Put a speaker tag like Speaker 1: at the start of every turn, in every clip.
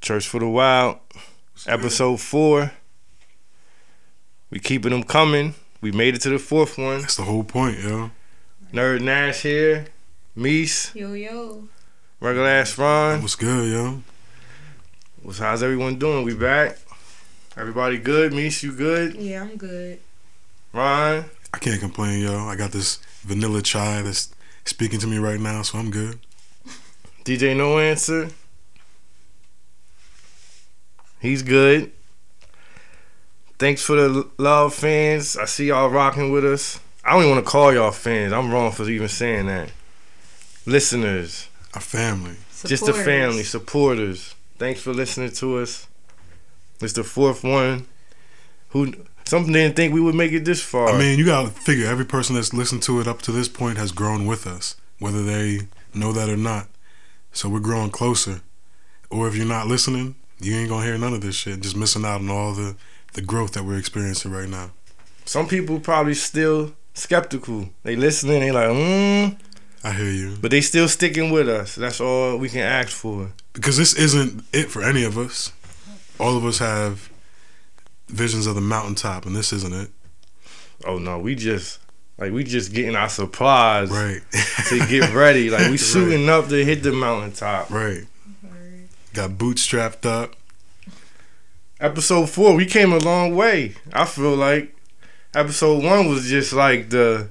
Speaker 1: Church for the Wild, episode four. We keeping them coming. We made it to the fourth one.
Speaker 2: That's the whole point, yo.
Speaker 1: Nerd Nash here, Meese,
Speaker 3: Yo yo.
Speaker 1: regular ass Ron.
Speaker 2: What's good, yo?
Speaker 1: What's how's everyone doing? We back. Everybody good? Meese, you good?
Speaker 3: Yeah, I'm good.
Speaker 1: Ron,
Speaker 2: I can't complain, yo. I got this vanilla chai that's speaking to me right now, so I'm good.
Speaker 1: DJ No Answer. He's good. Thanks for the l- love, fans. I see y'all rocking with us. I don't even want to call y'all fans. I'm wrong for even saying that. Listeners,
Speaker 2: Our family.
Speaker 1: just the family, supporters. Thanks for listening to us. It's the fourth one. Who some didn't think we would make it this far.
Speaker 2: I mean, you gotta figure every person that's listened to it up to this point has grown with us, whether they know that or not. So we're growing closer. Or if you're not listening, you ain't gonna hear none of this shit. Just missing out on all the, the growth that we're experiencing right now.
Speaker 1: some people probably still skeptical. They listening, they like, mm,
Speaker 2: I hear you.
Speaker 1: but they still sticking with us. That's all we can ask for.
Speaker 2: because this isn't it for any of us. All of us have visions of the mountaintop, and this isn't it.
Speaker 1: Oh no, we just like we just getting our supplies
Speaker 2: Right.
Speaker 1: to get ready. Like we
Speaker 2: Right.
Speaker 1: suiting up to hit the mountaintop.
Speaker 2: Right. Got bootstrapped up.
Speaker 1: Episode four, we came a long way. I feel like episode one was just like the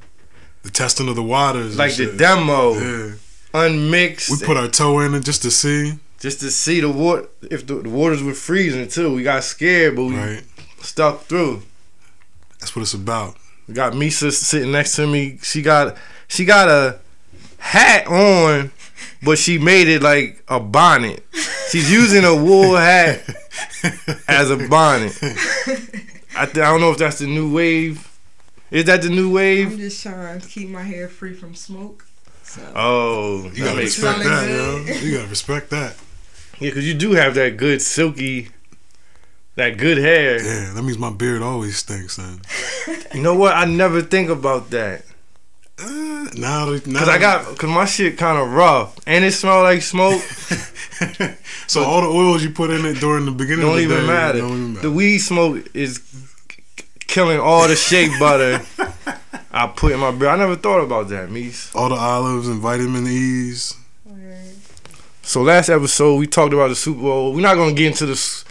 Speaker 2: The testing of the waters. and
Speaker 1: like the
Speaker 2: shit.
Speaker 1: demo.
Speaker 2: Yeah.
Speaker 1: unmixed.
Speaker 2: We put our toe in it just to see.
Speaker 1: just to see the water if the, the waters were freezing too. We got scared, but we
Speaker 2: Right.
Speaker 1: stuck through.
Speaker 2: That's what it's about.
Speaker 1: We got Misa sitting next to me. She got she got a hat on, but she made it like a bonnet. She's using a wool hat as a bonnet. I th- I don't know if that's the new wave. Is that the new
Speaker 3: I'm
Speaker 1: wave?
Speaker 3: just trying to keep my hair free from smoke. So
Speaker 1: Oh,
Speaker 2: You
Speaker 1: that
Speaker 2: gotta
Speaker 1: makes
Speaker 2: respect
Speaker 3: Smelling
Speaker 2: that,
Speaker 3: good.
Speaker 2: yo. You gotta respect that.
Speaker 1: yeah, because you do have that good silky, that good hair.
Speaker 2: Yeah, that means my beard always stinks then.
Speaker 1: You know what? I never think about that.
Speaker 2: Uh, now, that- now
Speaker 1: Cause I got, cause my shit kind of rough, and it smell like smoke.
Speaker 2: so all the oils you put in it during the beginning
Speaker 1: Don't
Speaker 2: of the
Speaker 1: even
Speaker 2: day,
Speaker 1: matter.
Speaker 2: Don't even matter.
Speaker 1: The weed smoke is k- killing all the shea butter I put in my beer. I never thought about that, Meese.
Speaker 2: all the olives and vitamin E's.
Speaker 3: Word.
Speaker 1: So last episode we talked about the Super Bowl. We're not gonna get into the s-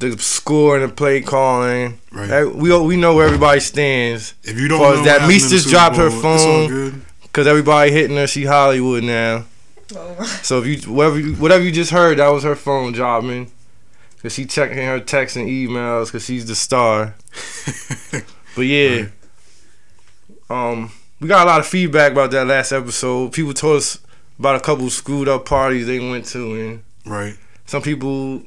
Speaker 1: the score and the play calling.
Speaker 2: Right.
Speaker 1: That- We we know where everybody stands.
Speaker 2: If you don't
Speaker 1: Far as
Speaker 2: know
Speaker 1: that,
Speaker 2: what
Speaker 1: Meese
Speaker 2: happened
Speaker 1: just
Speaker 2: in the Super
Speaker 1: dropped her
Speaker 2: Bowl, it's all
Speaker 1: phone.
Speaker 2: good.
Speaker 1: Cause everybody hitting her. She Hollywood now.
Speaker 3: Oh,
Speaker 1: So if you whatever you, whatever you just heard, that was her phone jobbing, cause she checking her texts and emails, cause she's the star. But yeah, um, we got a lot of feedback about that last episode. People told us about a couple screwed up parties they went to, and
Speaker 2: Right.
Speaker 1: some people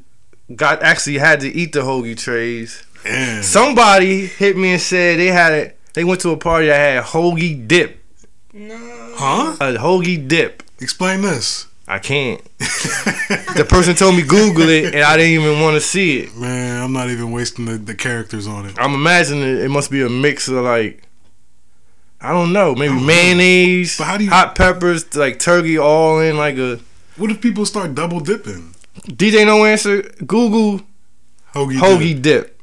Speaker 1: got actually had to eat the hoagie trays.
Speaker 2: And
Speaker 1: Somebody hit me and said they had it. They went to a party that had hoagie dip,
Speaker 3: no.
Speaker 2: huh?
Speaker 1: a hoagie dip.
Speaker 2: Explain this.
Speaker 1: I can't. The person told me Google it, and I didn't even want to see it.
Speaker 2: Man, I'm not even wasting the, the characters on it.
Speaker 1: I'm imagining it, it must be a mix of like I don't know, maybe mayonnaise,
Speaker 2: But how do you-
Speaker 1: hot peppers, like turkey, all in like a
Speaker 2: What if people start double dipping?
Speaker 1: DJ No Answer Google
Speaker 2: Hoagie,
Speaker 1: hoagie
Speaker 2: dip.
Speaker 1: dip.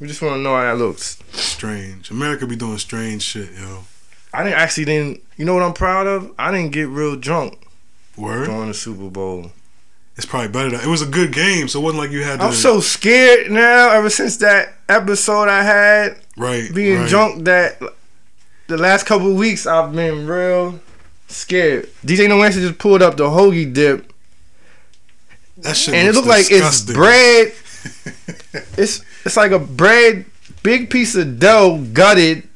Speaker 1: We just want to know how that looks.
Speaker 2: Strange. America be doing strange shit, yo.
Speaker 1: I didn't actually didn't. You know what I'm proud of? I didn't get real drunk
Speaker 2: Word.
Speaker 1: during the Super Bowl.
Speaker 2: It's probably better. Than, it was a good game, so it wasn't like you had to.
Speaker 1: I'm so scared now. Ever since that episode I had
Speaker 2: right.
Speaker 1: being
Speaker 2: right.
Speaker 1: drunk, that the last couple of weeks I've been real scared. DJ No Answer just pulled up the hoagie dip.
Speaker 2: That shit.
Speaker 1: and it looked
Speaker 2: looks
Speaker 1: like it's
Speaker 2: disgusting.
Speaker 1: bread. it's it's like a bread, big piece of dough gutted,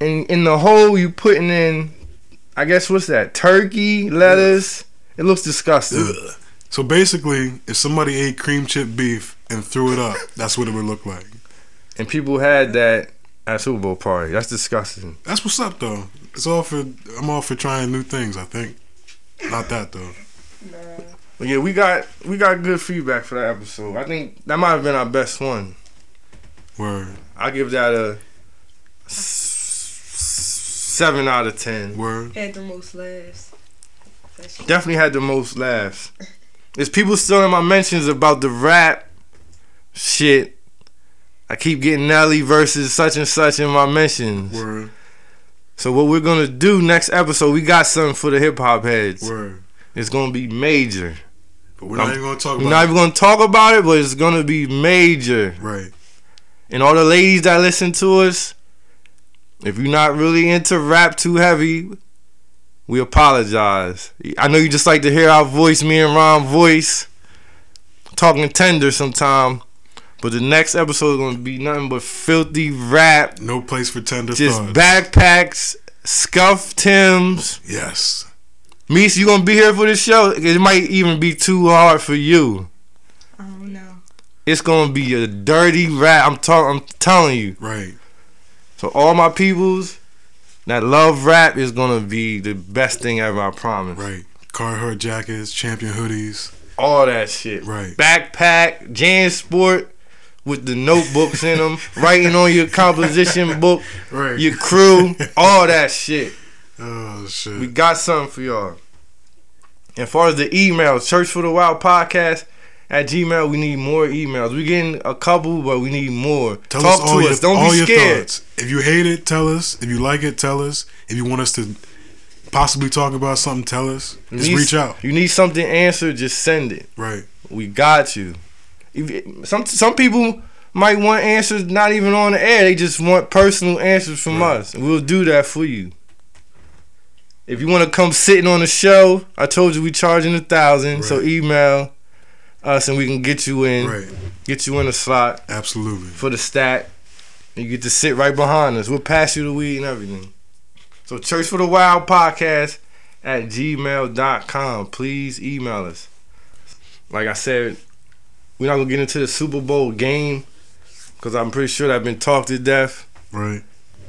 Speaker 1: and in the hole you putting in, I guess what's that? Turkey, lettuce. It looks disgusting.
Speaker 2: Ugh. So basically, if somebody ate cream chip beef and threw it up, that's what it would look like.
Speaker 1: And people had that at a Super Bowl party. That's disgusting.
Speaker 2: That's what's up, though. It's all for. I'm all for trying new things. I think. Not that though.
Speaker 3: Nah.
Speaker 1: But yeah, we got we got good feedback for that episode. I think that might have been our best one.
Speaker 2: Word.
Speaker 1: I give that a s- seven out of ten.
Speaker 2: Word.
Speaker 3: Had the most laughs. That's
Speaker 1: Definitely had the most laughs. There's people still in my mentions about the rap shit. I keep getting Nelly versus such and such in my mentions.
Speaker 2: Word,
Speaker 1: So what we're gonna do next episode, we got something for the hip hop heads.
Speaker 2: word.
Speaker 1: It's gonna be major.
Speaker 2: But we're not
Speaker 1: I'm-
Speaker 2: even gonna talk
Speaker 1: Um, We're not
Speaker 2: about.
Speaker 1: even gonna talk about it, but it's gonna be major.
Speaker 2: it. Right.
Speaker 1: And all the ladies that listen to us, if you're not really into rap too heavy, we apologize. I know you just like to hear our voice, me and Ron voice, talking tender sometime. But the next episode is gonna be nothing but filthy rap,
Speaker 2: No place for tender
Speaker 1: just
Speaker 2: thoughts.
Speaker 1: backpacks, scuffed Tims.
Speaker 2: yes.
Speaker 1: Meese, you gonna be here for this show? It might even be too hard for you.
Speaker 3: I don't know.
Speaker 1: It's gonna be a dirty rap. I'm talking. I'm telling you.
Speaker 2: Right.
Speaker 1: So all my peoples that love rap is gonna be the best thing ever. I promise.
Speaker 2: Right. Carhartt jackets, champion hoodies.
Speaker 1: All that shit.
Speaker 2: Right.
Speaker 1: Backpack, Jan Sport, with the notebooks in them, writing on your composition book,
Speaker 2: Right.
Speaker 1: your crew, all that shit.
Speaker 2: oh shit.
Speaker 1: We got something for y'all. And far as the emails, search for the wild podcast at Gmail. We need more emails. We getting a couple, but we need more.
Speaker 2: Tell
Speaker 1: Talk
Speaker 2: us all
Speaker 1: to
Speaker 2: your,
Speaker 1: us. Don't
Speaker 2: all
Speaker 1: be
Speaker 2: your
Speaker 1: scared.
Speaker 2: thoughts. If you hate it, tell us. If you like it, tell us. If you want us to possibly talk about something, tell us.
Speaker 1: You
Speaker 2: Just
Speaker 1: need-
Speaker 2: reach out.
Speaker 1: You need something answered, just send it.
Speaker 2: Right.
Speaker 1: We got you. If- Some some people might want answers not even on the air. They just want personal answers from
Speaker 2: Right.
Speaker 1: us. We'll do that for you. If you want to come sitting on the show, I told you we charging a thousand. So
Speaker 2: Right.
Speaker 1: email us and we can get you in.
Speaker 2: Right.
Speaker 1: get you in a slot
Speaker 2: Absolutely.
Speaker 1: for the stack. And you get to sit right behind us. We'll pass you the weed and everything. So Church for the Wild podcast at gmail.com. Please email us. Like I said, we're not gonna get into the Super Bowl game because I'm pretty sure I've been talked to death.
Speaker 2: Right.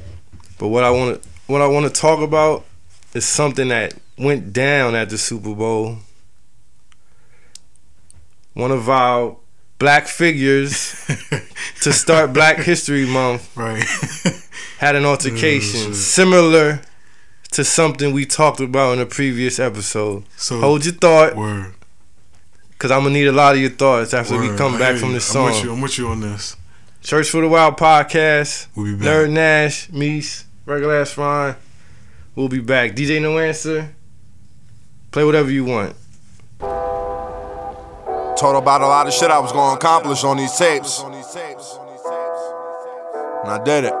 Speaker 1: But what I want to what I want to talk about is something that went down at the Super Bowl. One of our black figures to start Black History Month
Speaker 2: right.
Speaker 1: had an altercation
Speaker 2: Oh, shit.
Speaker 1: similar to something we talked about in a previous episode.
Speaker 2: so
Speaker 1: Hold your thought,
Speaker 2: word.
Speaker 1: cause I'm gonna need a lot of your thoughts after we
Speaker 2: word.
Speaker 1: come
Speaker 2: I
Speaker 1: back
Speaker 2: hear
Speaker 1: from
Speaker 2: you.
Speaker 1: this
Speaker 2: I'm with you.
Speaker 1: song.
Speaker 2: I'm with you on this.
Speaker 1: Church for the Wild podcast.
Speaker 2: We'll be back.
Speaker 1: Nerd Nash, Meese, Regular Ass Ron. We'll be back. DJ No Answer. Play whatever you want.
Speaker 4: Told about a lot of shit I was gonna accomplish on these tapes. And I did it.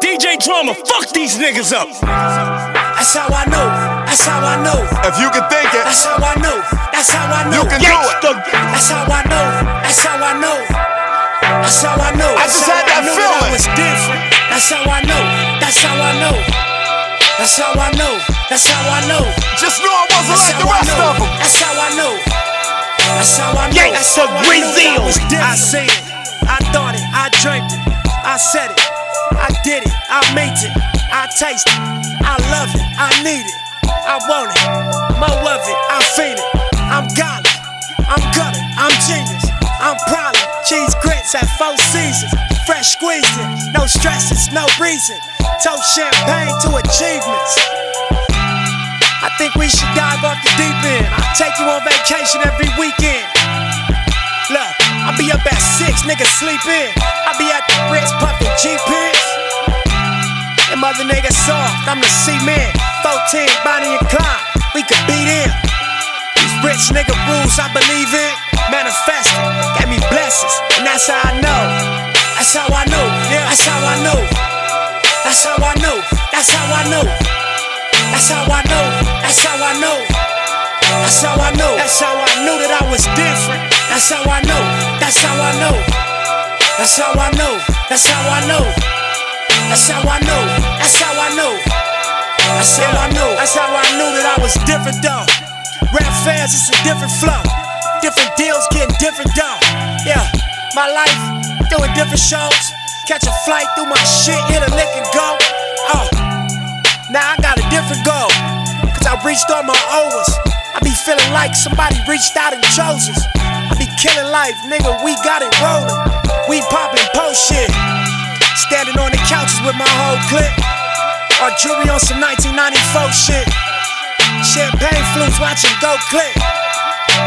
Speaker 5: DJ Drama, fuck these niggas up.
Speaker 6: That's how I know. That's how I know.
Speaker 4: If you can think it,
Speaker 6: That's how I know. That's how I know.
Speaker 4: you can do it.
Speaker 5: Gangsta.
Speaker 6: That's how I know. That's how I know. That's how I know.
Speaker 4: I just
Speaker 6: That's how
Speaker 4: had that
Speaker 6: knew
Speaker 4: feeling.
Speaker 6: I was different. That's how I know. That's how I know. That's how I know. That's how I know.
Speaker 4: Just know I wasn't
Speaker 6: That's
Speaker 4: like the
Speaker 6: how I
Speaker 4: rest
Speaker 6: know.
Speaker 4: of them.
Speaker 6: That's how I know. That's how I know. That's
Speaker 5: Gangsta
Speaker 6: how I know that
Speaker 5: Brazil.
Speaker 6: was
Speaker 5: I
Speaker 6: different.
Speaker 5: seen it. I thought it. I dreamt it. I said it. I did it. I made it. I taste it. I love it. I need it. I want it. More of it. I feel it. I'm godly. I'm gutter. I'm genius. I'm proud. Cheese grits at four seasons. Fresh squeezed in. No stresses, no reason. Toast champagne to achievements. I think we should dive off the deep end. I take you on vacation every weekend. Look, I be up at six, niggas sleep in. I be at the Ritz puffin' G pins. And mother niggas soft, I'm the C man. 14, Bonnie and Clyde, we could beat in. These rich nigga rules I believe in. Manifested, got me blessings, and that's how I know.
Speaker 6: That's how I know. Yeah, that's how I know. That's how I know. That's how I know. That's how I know. That's how I know. That's how I know.
Speaker 5: That's how I knew that I was different.
Speaker 6: That's how I know. That's how I know. That's how I know. That's how I know. That's how I know. That's how I know. That's how I know.
Speaker 5: That's how I knew that I was different though. Rap fans, it's a different flow. Different deals, getting different though. Yeah, my life, doing different shows. Catch a flight, do my shit, hit a lick and go. Oh, now I got a different goal. Cause I reached all my overs. I be feeling like somebody reached out and chose us. I be killing life, nigga, we got it rolling. We popping post shit. Standing on the couches with my whole clique. Our jewelry on some 1994 shit. Champagne flutes, watch him go click.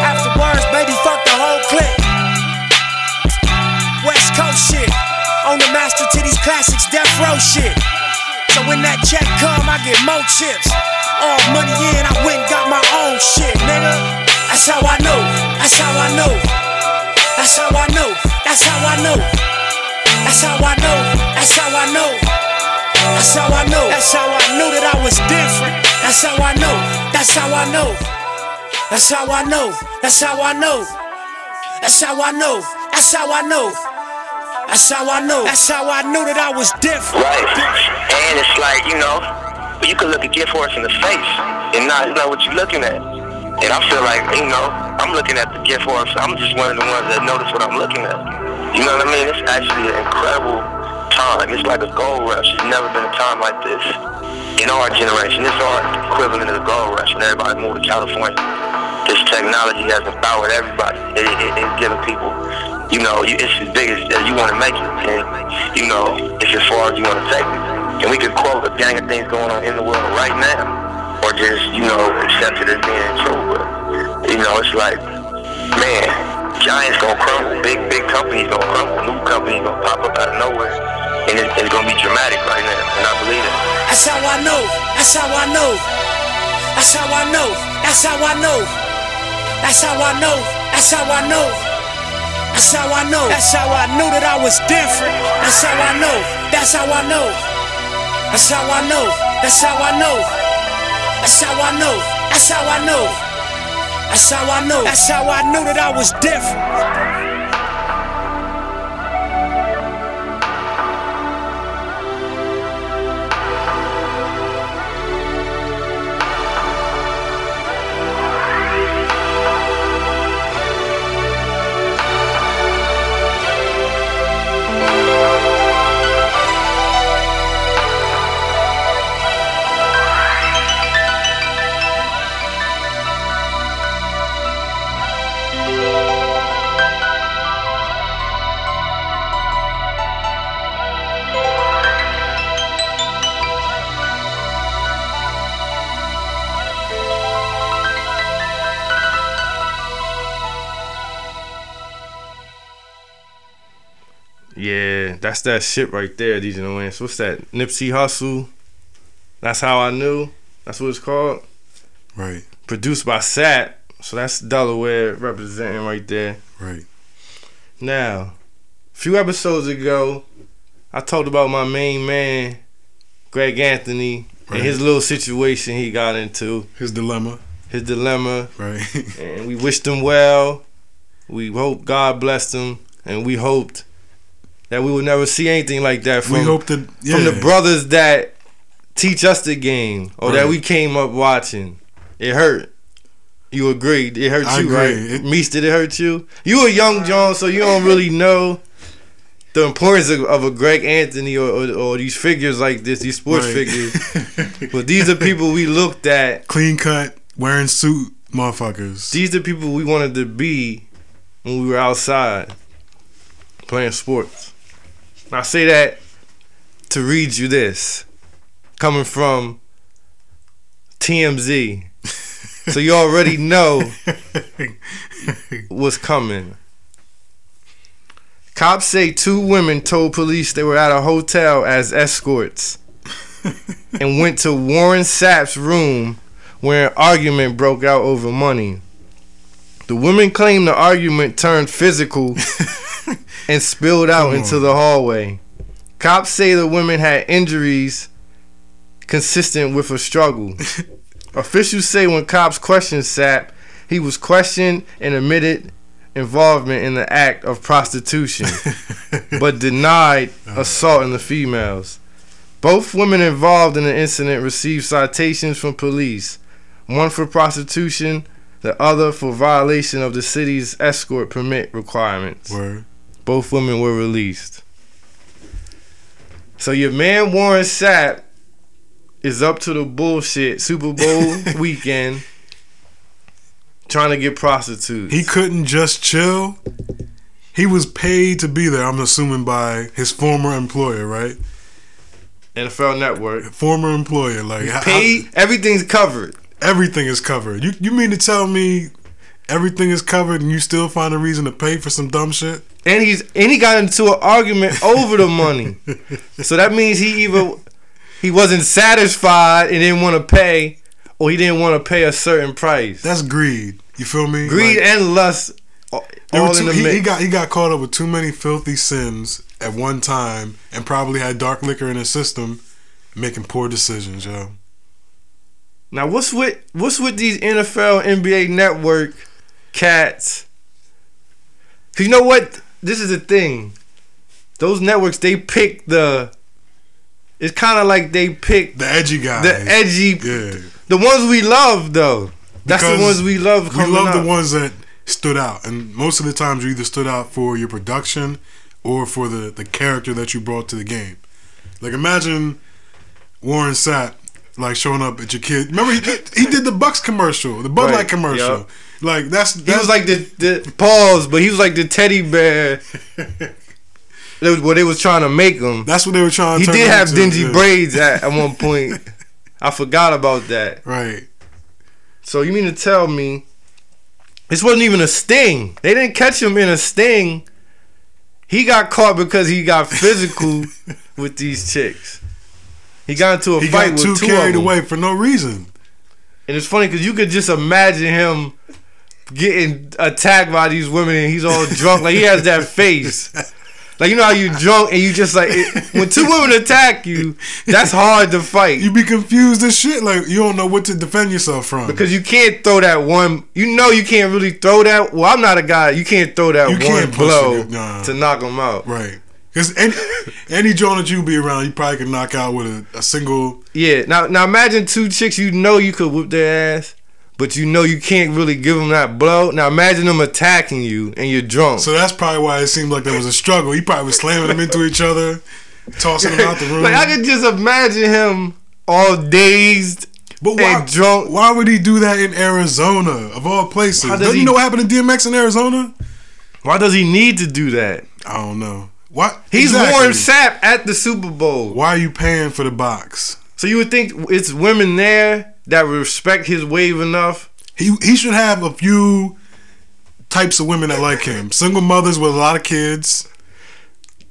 Speaker 5: Afterwards, baby, fuck the whole clique. West Coast shit. On the master to these classics, death row shit. So when that check come, I get more chips. All money in, I went and got my own shit, nigga.
Speaker 6: That's how I know. That's how I know. That's how I know. That's how I know. That's how I know. That's how I know. That's how I know.
Speaker 5: That's how I knew that I was different.
Speaker 6: That's how I know. That's how I know. That's how I know. That's how I know. That's how I know. That's how I know. That's how I know.
Speaker 5: That's how I knew that I was different.
Speaker 7: Right. And it's like, you know, you can look a gift horse in the face and not know what you're looking at. And I feel like, you know, I'm looking at the gift horse. I'm just one of the ones that notice what I'm looking at. You know what I mean? It's actually an incredible time. It's like a gold rush. It's never been a time like this. In our generation, it's our equivalent of the gold rush. And everybody moved to California. This technology has empowered everybody. It, it, it's giving people, you know, you, it's as big as as you want to make it. And, you know, it's as far as you want to take it. And we could quote a gang of things going on in the world right now. Or just, you know, accept it as being true. But, you know, it's like, man, giants gonna crumble. Big, big companies gonna crumble. New companies gonna pop up out of nowhere. And it's, it's gonna be dramatic right now. And I believe it.
Speaker 6: That's how I know. That's how I know. That's how I know. That's how I know. That's how I know. That's how I know. That's how I know.
Speaker 5: That's how I knew that I was different.
Speaker 6: That's how I know. That's how I know. That's how I know. That's how I know. That's how I know. That's how I know. That's how I know.
Speaker 5: That's how I knew that I was different.
Speaker 1: Yeah, that's that shit right there, DJ No Lance. What's that? Nipsey Hustle. That's how I knew. That's what it's called.
Speaker 2: Right,
Speaker 1: Produced by Sat. So that's Delaware representing right there.
Speaker 2: right.
Speaker 1: Now, a few episodes ago, I talked about my main man, Greg Anthony,
Speaker 2: Right.
Speaker 1: and his little situation he got into,
Speaker 2: His dilemma,
Speaker 1: his dilemma,
Speaker 2: right?
Speaker 1: and we wished him well. We hope God blessed him, and we hoped that we would never see anything like that from
Speaker 2: we hope that yeah,
Speaker 1: from the brothers that teach us the game or that
Speaker 2: Right.
Speaker 1: we came up watching. It hurt. You agree? It hurt
Speaker 2: I
Speaker 1: you,
Speaker 2: agree.
Speaker 1: right?
Speaker 2: It-
Speaker 1: Meese, did it hurt you? You a young John, so you don't really know the importance of, of a Greg Anthony or, or, or these figures like this, these sports
Speaker 2: Right.
Speaker 1: figures. But these are people we looked at.
Speaker 2: clean cut, wearing suit, motherfuckers.
Speaker 1: These are people we wanted to be when we were outside playing sports. And I say that to read you this coming from TMZ. so you already know what's coming. Cops say two women told police they were at a hotel as escorts and went to Warren Sapp's room where an argument broke out over money. The women claim the argument turned physical and spilled out into the hallway. Cops say the women had injuries consistent with a struggle. Officials say when cops questioned Sapp, he was questioned and admitted involvement in the act of prostitution, but denied assaulting the females. Both women involved in the incident received citations from police, one for prostitution, the other for violation of the city's escort permit requirements.
Speaker 2: Word.
Speaker 1: Both women were released. So your man Warren Sapp is up to the bullshit Super Bowl weekend trying to get prostitutes.
Speaker 2: He couldn't just chill. He was paid to be there. I'm assuming by his former employer, right?
Speaker 1: NFL Network.
Speaker 2: Former employer, like how-
Speaker 1: Paid, everything's covered.
Speaker 2: Everything is covered. You you mean to tell me everything is covered and you still find a reason to pay for some dumb shit?
Speaker 1: and he's and he got into an argument over the money. so that means he either he wasn't satisfied and didn't want to pay, or he didn't want to pay a certain price.
Speaker 2: That's greed. You feel me?
Speaker 1: Greed
Speaker 2: Like,
Speaker 1: and lust, a-
Speaker 2: there were
Speaker 1: all in
Speaker 2: too-
Speaker 1: the
Speaker 2: he,
Speaker 1: mix.
Speaker 2: he got he got caught up with too many filthy sins at one time and probably had dark liquor in his system, making poor decisions, yo.
Speaker 1: now what's with what's with these NFL, NBA Network cats? Cause you know what? This is the thing. Those networks they pick the. It's kind of like they pick
Speaker 2: The edgy guys.
Speaker 1: the edgy,
Speaker 2: Yeah.
Speaker 1: the ones we love though. That's the
Speaker 2: Because
Speaker 1: ones we love.
Speaker 2: We
Speaker 1: Coming
Speaker 2: love
Speaker 1: up.
Speaker 2: the ones that stood out, and most of the times you either stood out for your production or for the the character that you brought to the game. Like imagine Warren Sapp like showing up at your kid. Remember he, he did the Bucks commercial, the Bud
Speaker 1: Right,
Speaker 2: Light commercial.
Speaker 1: yup.
Speaker 2: Like that's
Speaker 1: He
Speaker 2: that's
Speaker 1: was like the, the pause, but he was like the teddy bear. that was what they was trying to make him.
Speaker 2: that's what they were trying. to
Speaker 1: He
Speaker 2: turn
Speaker 1: did
Speaker 2: him
Speaker 1: have
Speaker 2: into,
Speaker 1: dingy
Speaker 2: yeah.
Speaker 1: braids at, at one point. I forgot about that.
Speaker 2: Right.
Speaker 1: So you mean to tell me this wasn't even a sting? They didn't catch him in a sting. He got caught because he got physical with these chicks. He got into a
Speaker 2: He
Speaker 1: fight
Speaker 2: got
Speaker 1: with
Speaker 2: too
Speaker 1: two of
Speaker 2: carried
Speaker 1: them.
Speaker 2: away for no reason.
Speaker 1: And it's funny because you could just imagine him getting attacked by these women, and he's all drunk. Like he has that face. Like you know how you drunk and you just like it, when two women attack you, that's hard to fight
Speaker 2: You be confused as shit. Like you don't know what to defend yourself from.
Speaker 1: because you can't throw that one. You know you can't really throw that. Well, I'm not a guy. You can't throw that
Speaker 2: You
Speaker 1: one
Speaker 2: can't punch
Speaker 1: blow
Speaker 2: a good- nah.
Speaker 1: to knock him out.
Speaker 2: Right. Because any, any joint that you be around, you probably could knock out with a, a single.
Speaker 1: Yeah. Now now imagine two chicks you know you could whoop their ass. But you know you can't really give them that blow. Now imagine them attacking you and you're drunk.
Speaker 2: So that's probably why it seemed like there was a struggle. He probably was slamming them into each other, tossing them out the room.
Speaker 1: Like I could just imagine him all dazed
Speaker 2: but why,
Speaker 1: and drunk.
Speaker 2: why would he do that in Arizona, of all places?
Speaker 1: How does
Speaker 2: Doesn't
Speaker 1: he-
Speaker 2: you know what happened to DMX in Arizona?
Speaker 1: Why does he need to do that?
Speaker 2: I don't know. What?
Speaker 1: He's Warren Sapp at the Super Bowl,
Speaker 2: Why are you paying for the box?
Speaker 1: so you would think it's women there that respect his wave enough.
Speaker 2: He he should have a few types of women that like him. Single mothers with a lot of kids.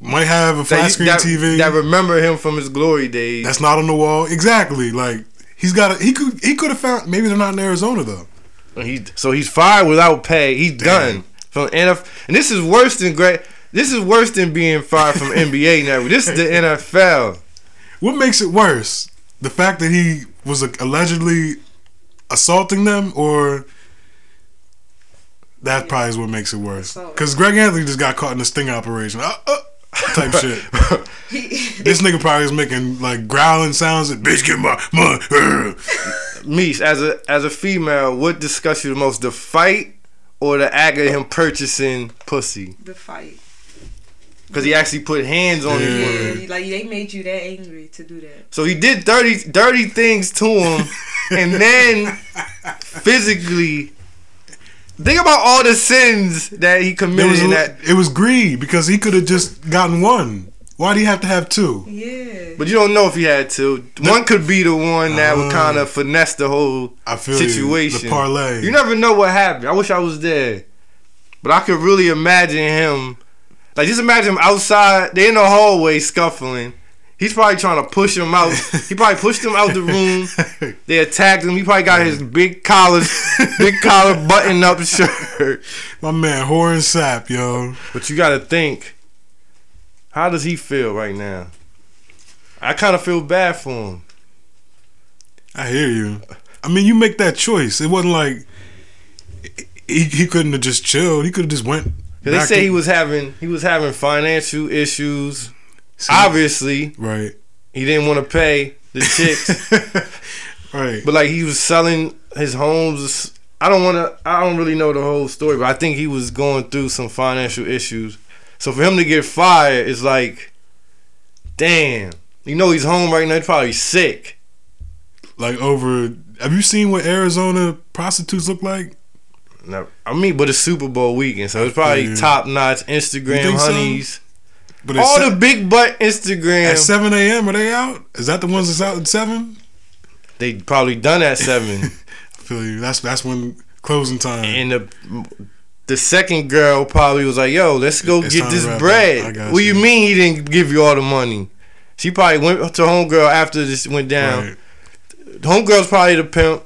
Speaker 2: Might have a
Speaker 1: That,
Speaker 2: flat
Speaker 1: you-
Speaker 2: screen
Speaker 1: that-
Speaker 2: TV.
Speaker 1: that remember him from his glory days.
Speaker 2: That's not on the wall. Exactly. Like he's got. A, he could. He could have found. Maybe they're not in Arizona though.
Speaker 1: He so he's fired without pay. He's
Speaker 2: Damn.
Speaker 1: done from NFL, and this is worse than great. This is worse than being fired from NBA. Now this is the NFL.
Speaker 2: What makes it worse? The fact that he was allegedly assaulting them, or that probably is what makes it worse. Because Greg Anthony just got caught in a sting operation. Uh, uh, type shit. this nigga probably is making like growling sounds. And, Bitch, get my money.
Speaker 1: Meese, as a as a female, what disgusts you the most, the fight or the act of him purchasing pussy?
Speaker 3: The fight.
Speaker 1: Because he actually put hands on his
Speaker 2: Yeah.
Speaker 1: woman.
Speaker 3: Yeah, you- like they made you that angry to do that.
Speaker 1: So he did dirty dirty things to him, and then physically. Think about all the sins that he
Speaker 2: It
Speaker 1: committed
Speaker 2: was
Speaker 1: in that.
Speaker 2: it was greed because he could have just gotten one. Why do you have to have two?
Speaker 3: Yeah.
Speaker 1: But you don't know if he had to. One could be the one that would kind of finesse the whole
Speaker 2: Oh. I feel you.
Speaker 1: situation.
Speaker 2: The parlay.
Speaker 1: You never know what happened. I wish I was there, but I could really imagine him. Like just imagine him outside. They in the hallway scuffling. He's probably trying to push him out. He probably pushed him out the room. They attacked him. He probably got his big collar, big collar button up shirt.
Speaker 2: My man, Horan Sap, yo.
Speaker 1: But you got to think, how does he feel right now? I kind of feel bad for him.
Speaker 2: I hear you. I mean, you make that choice. It wasn't like he, he couldn't have just chilled. He could have just went.
Speaker 1: Cause they
Speaker 2: back
Speaker 1: say
Speaker 2: to-
Speaker 1: he was having he was having financial issues.
Speaker 2: See?
Speaker 1: Obviously,
Speaker 2: right,
Speaker 1: he didn't want to pay the chicks.
Speaker 2: right.
Speaker 1: But like he was selling his homes. I don't want to. I don't really know the whole story, but I think he was going through some financial issues. So for him to get fired is like, damn. You know he's home right now. He's probably sick.
Speaker 2: like over. Have you seen what Arizona prostitutes look like?
Speaker 1: Now, I mean, but it's Super Bowl weekend, so it's probably
Speaker 2: Yeah.
Speaker 1: top notch Instagram
Speaker 2: think so?
Speaker 1: honeys.
Speaker 2: But
Speaker 1: All
Speaker 2: se-
Speaker 1: the big butt Instagram.
Speaker 2: at seven a.m. Are they out? Is that the ones that's out at seven?
Speaker 1: They probably done at seven,
Speaker 2: I feel you. That's that's when closing time.
Speaker 1: and the the second girl probably was like, "Yo, let's go
Speaker 2: It's
Speaker 1: get
Speaker 2: time to
Speaker 1: this
Speaker 2: wrap up. I
Speaker 1: bread."
Speaker 2: got
Speaker 1: What you
Speaker 2: you.
Speaker 1: mean he didn't give you all the money? She probably went to homegirl after this went down.
Speaker 2: Right.
Speaker 1: homegirl's probably the pimp.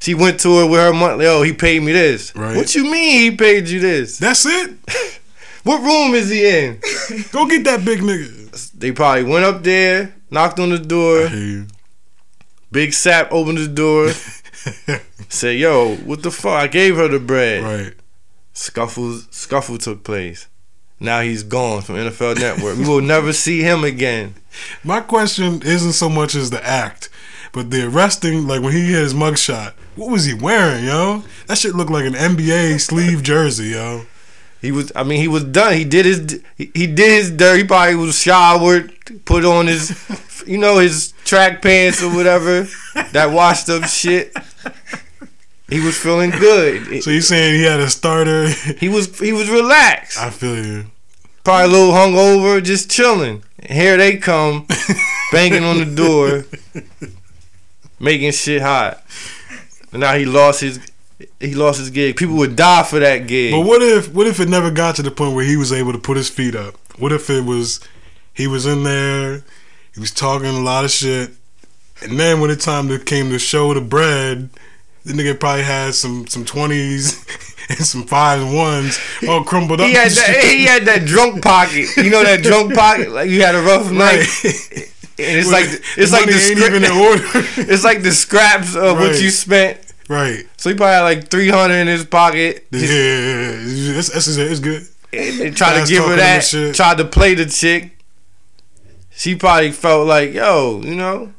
Speaker 1: She went to her with her monthly. Oh, he paid me this.
Speaker 2: Right.
Speaker 1: What you mean he paid you this?
Speaker 2: That's it.
Speaker 1: What room is he in?
Speaker 2: Go get that big nigga.
Speaker 1: they probably went up there, knocked on the
Speaker 2: I
Speaker 1: door.
Speaker 2: hear you.
Speaker 1: Big Sap opened the door, said, "Yo, what the fuck? I gave her the bread."
Speaker 2: right.
Speaker 1: Scuffles, scuffle took place. Now he's gone from NFL Network. we will never see him again.
Speaker 2: My question isn't so much as the act, but the arresting. Like when he had his mugshot, what was he wearing, yo? That shit looked like an NBA sleeve jersey, yo.
Speaker 1: He was. I mean, he was done. He did his. He, he did his dirt. He probably was showered, put on his, you know, his track pants or whatever, that washed up shit. He was feeling good.
Speaker 2: So you saying he had a starter?
Speaker 1: He was. He was relaxed.
Speaker 2: I feel you.
Speaker 1: Probably a little hungover, just chilling. Here they come, banging on the door, making shit hot. And now he lost his. He lost his gig. People would die for that gig.
Speaker 2: But what if what if it never got to the point where he was able to put his feet up? What if it was he was in there, he was talking a lot of shit, and then when the time that came to show the bread, the nigga probably had some some twenties and some fives and ones all crumbled up.
Speaker 1: He had
Speaker 2: and
Speaker 1: that.
Speaker 2: shit.
Speaker 1: He had that drunk pocket. You know that drunk pocket. Like you had a rough night. And it's
Speaker 2: Where
Speaker 1: like it's like the
Speaker 2: money ain't
Speaker 1: scra-
Speaker 2: even in order.
Speaker 1: It's like the scraps of what
Speaker 2: Right.
Speaker 1: you spent.
Speaker 2: right.
Speaker 1: So he probably had like three hundred in his pocket.
Speaker 2: Yeah, yeah, yeah, yeah. That's, that's, it's good.
Speaker 1: And tried
Speaker 2: Fast
Speaker 1: to give her
Speaker 2: talking and
Speaker 1: that.
Speaker 2: shit.
Speaker 1: Tried to play the chick. She probably felt like yo, you know.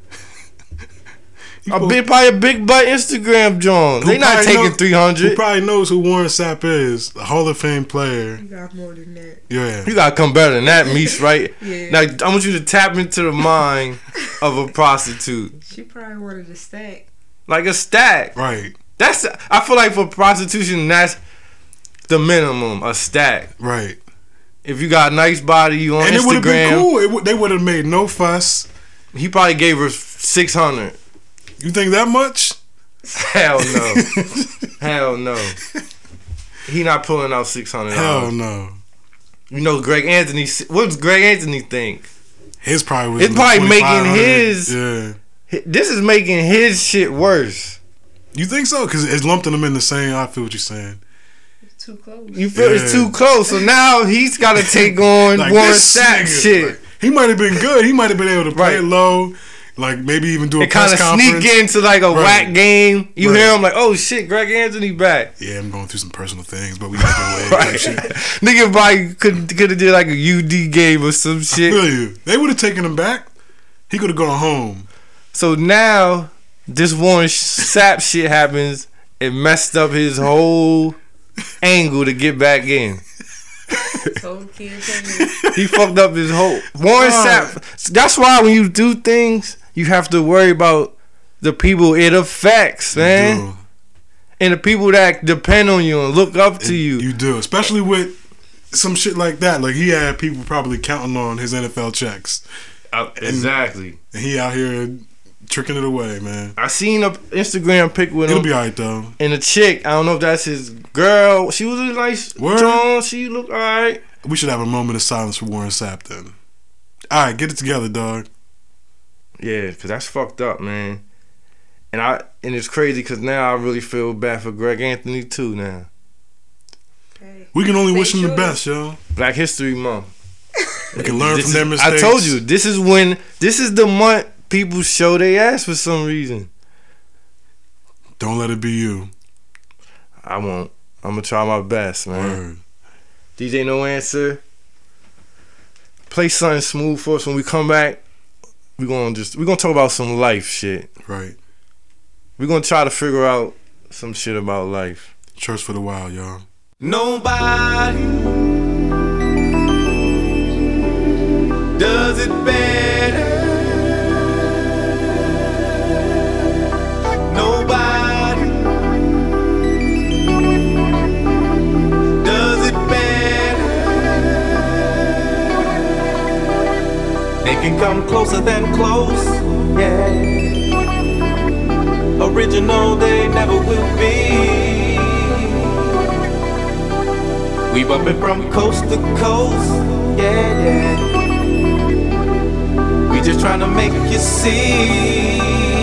Speaker 1: A big, probably a big butt Instagram John. They not
Speaker 2: probably
Speaker 1: taking
Speaker 2: knows-
Speaker 1: three
Speaker 2: Who
Speaker 1: hundred.
Speaker 2: probably knows who Warren Sapp is? A Hall of Fame player.
Speaker 3: You got more than that.
Speaker 2: Yeah.
Speaker 1: You gotta come better than that, Meese, right?
Speaker 3: Yeah.
Speaker 1: Now I want you to tap into the mind of a prostitute.
Speaker 3: She probably wanted to stack.
Speaker 1: like a stack.
Speaker 2: Right.
Speaker 1: That's I feel like for prostitution, that's the minimum a stack.
Speaker 2: Right.
Speaker 1: If you got a nice body, you on
Speaker 2: and it would
Speaker 1: Instagram.
Speaker 2: have been cool. It w- they would have made no fuss.
Speaker 1: He probably gave her six hundred.
Speaker 2: You think that much?
Speaker 1: Hell no, hell no. He not pulling out six hundred.
Speaker 2: Hell no.
Speaker 1: You know Greg Anthony. What does Greg Anthony think?
Speaker 2: His probably was.
Speaker 1: It's
Speaker 2: in the
Speaker 1: probably making
Speaker 2: 2500.
Speaker 1: his-
Speaker 2: Yeah.
Speaker 1: Hi- This is making his shit worse.
Speaker 2: You think so? Because it's lumping them in the same. I feel what you're saying.
Speaker 3: It's too close.
Speaker 1: You feel it's
Speaker 2: Yeah.
Speaker 1: too close. So now he's got to take on Warren
Speaker 2: this
Speaker 1: Sapp
Speaker 2: nigga,
Speaker 1: shit.
Speaker 2: like, he might have been good. He might have been able to play
Speaker 1: Right.
Speaker 2: low. Like maybe even do a
Speaker 1: and kind
Speaker 2: press
Speaker 1: of
Speaker 2: conference.
Speaker 1: sneak into like a
Speaker 2: Right.
Speaker 1: whack game. You
Speaker 2: Right.
Speaker 1: hear him like, oh shit, Greg Anthony back.
Speaker 2: Yeah, I'm going through some personal things, but we making way.
Speaker 1: Right.
Speaker 2: type shit.
Speaker 1: Nigga probably could could have did like a UD game or some shit.
Speaker 2: Feel you. They would have taken him back. He could have gone home.
Speaker 1: So now this Warren Sapp shit happens. It messed up his whole angle to get back in.
Speaker 3: Whole campaign.
Speaker 1: He fucked up his whole Warren
Speaker 2: Wow.
Speaker 1: Sapp. That's why when you do things, you have to worry about the people it affects, man,
Speaker 2: Dude,
Speaker 1: and the people that depend on you and look up to you.
Speaker 2: You do, especially with some shit like that. Like he had people probably counting on his NFL checks, exactly. and he out here tricking it away, man.
Speaker 1: I seen a Instagram pic with
Speaker 2: It'll
Speaker 1: him
Speaker 2: be alright though.
Speaker 1: and a chick. I don't know if that's his girl. She was a nice
Speaker 2: Word.
Speaker 1: Joan. She looked alright.
Speaker 2: We should have a moment of silence for Warren Sapp then. All right, get it together, dog.
Speaker 1: Yeah, cause that's fucked up, man. And I and it's crazy because now I really feel bad for Greg Anthony too. Now
Speaker 3: Hey,
Speaker 2: We can only
Speaker 3: Say
Speaker 2: wish him the
Speaker 3: sure.
Speaker 2: best, yo.
Speaker 1: Black History Month.
Speaker 2: We can learn
Speaker 1: This
Speaker 2: from
Speaker 1: is-
Speaker 2: their mistakes.
Speaker 1: I told you this is when this is the month people show their ass for some reason.
Speaker 2: Don't let it be you.
Speaker 1: I won't. I'm gonna try my best, man.
Speaker 2: Word.
Speaker 1: DJ No Answer. Play something smooth for us when we come back. We gonna just we gonna talk about some life shit.
Speaker 2: Right.
Speaker 1: We're gonna try to figure out some shit about life.
Speaker 2: Church for the wild, y'all.
Speaker 8: Nobody does it better. Nobody does it better. They can come closer than close, yeah. Original they never will be. We bumpin' from coast to coast, yeah, yeah. We just tryna make you see.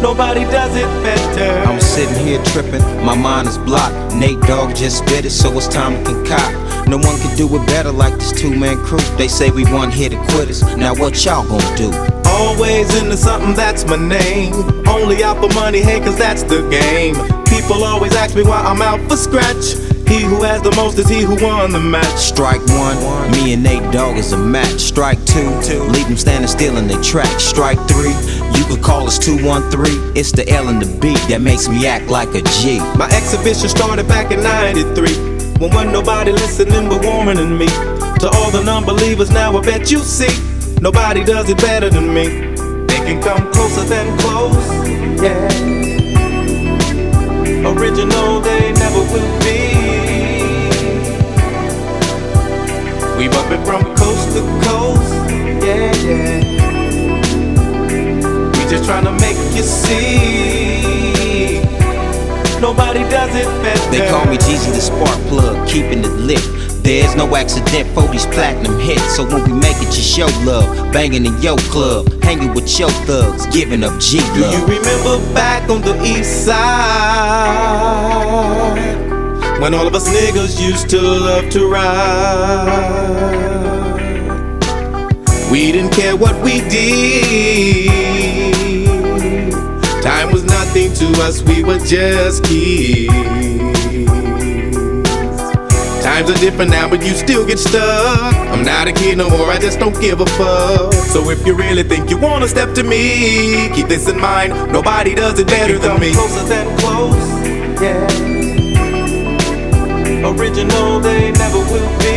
Speaker 8: Nobody does it better.
Speaker 9: I'm sitting here tripping, my mind is blocked. Nate Dogg just spit it, so it's time to concoct. No one can do it better like this two man crew. They say we one hit to quitters. Now what y'all gonna do?
Speaker 8: Always into something, that's my name. Only out for money, hey, cause that's the game. People always ask me why I'm out for scratch. He who has the most is he who won the match.
Speaker 9: Strike one, me and Nate Dogg is a match. Strike two, leave them standing still in their tracks. Strike three, you could call us 213. It's the L and the B that makes me act like a G.
Speaker 8: My exhibition started back in 93. When wasn't nobody listening but warning me. To all the non believers, now I bet you see. Nobody does it better than me. They can come closer than close, yeah. Original, they never will be. We bump it from coast to coast, yeah, yeah. We just tryna make you see. Nobody does it better.
Speaker 9: They call me Jeezy the spark plug, keeping it lit. There's no accident for these platinum hits. So when we make it, you show love. Banging in your club, hanging with your thugs, giving up G
Speaker 8: Do you
Speaker 9: love.
Speaker 8: remember back on the east side when all of us niggas used to love to ride? We didn't care what we did. Time was nothing to us, we were just kids. Times are different now, but you still get stuck. I'm not a kid no more, I just don't give a fuck. So if you really think you wanna step to me, keep this in mind. Nobody does it better than me. Closer than close, yeah. Original they never will be.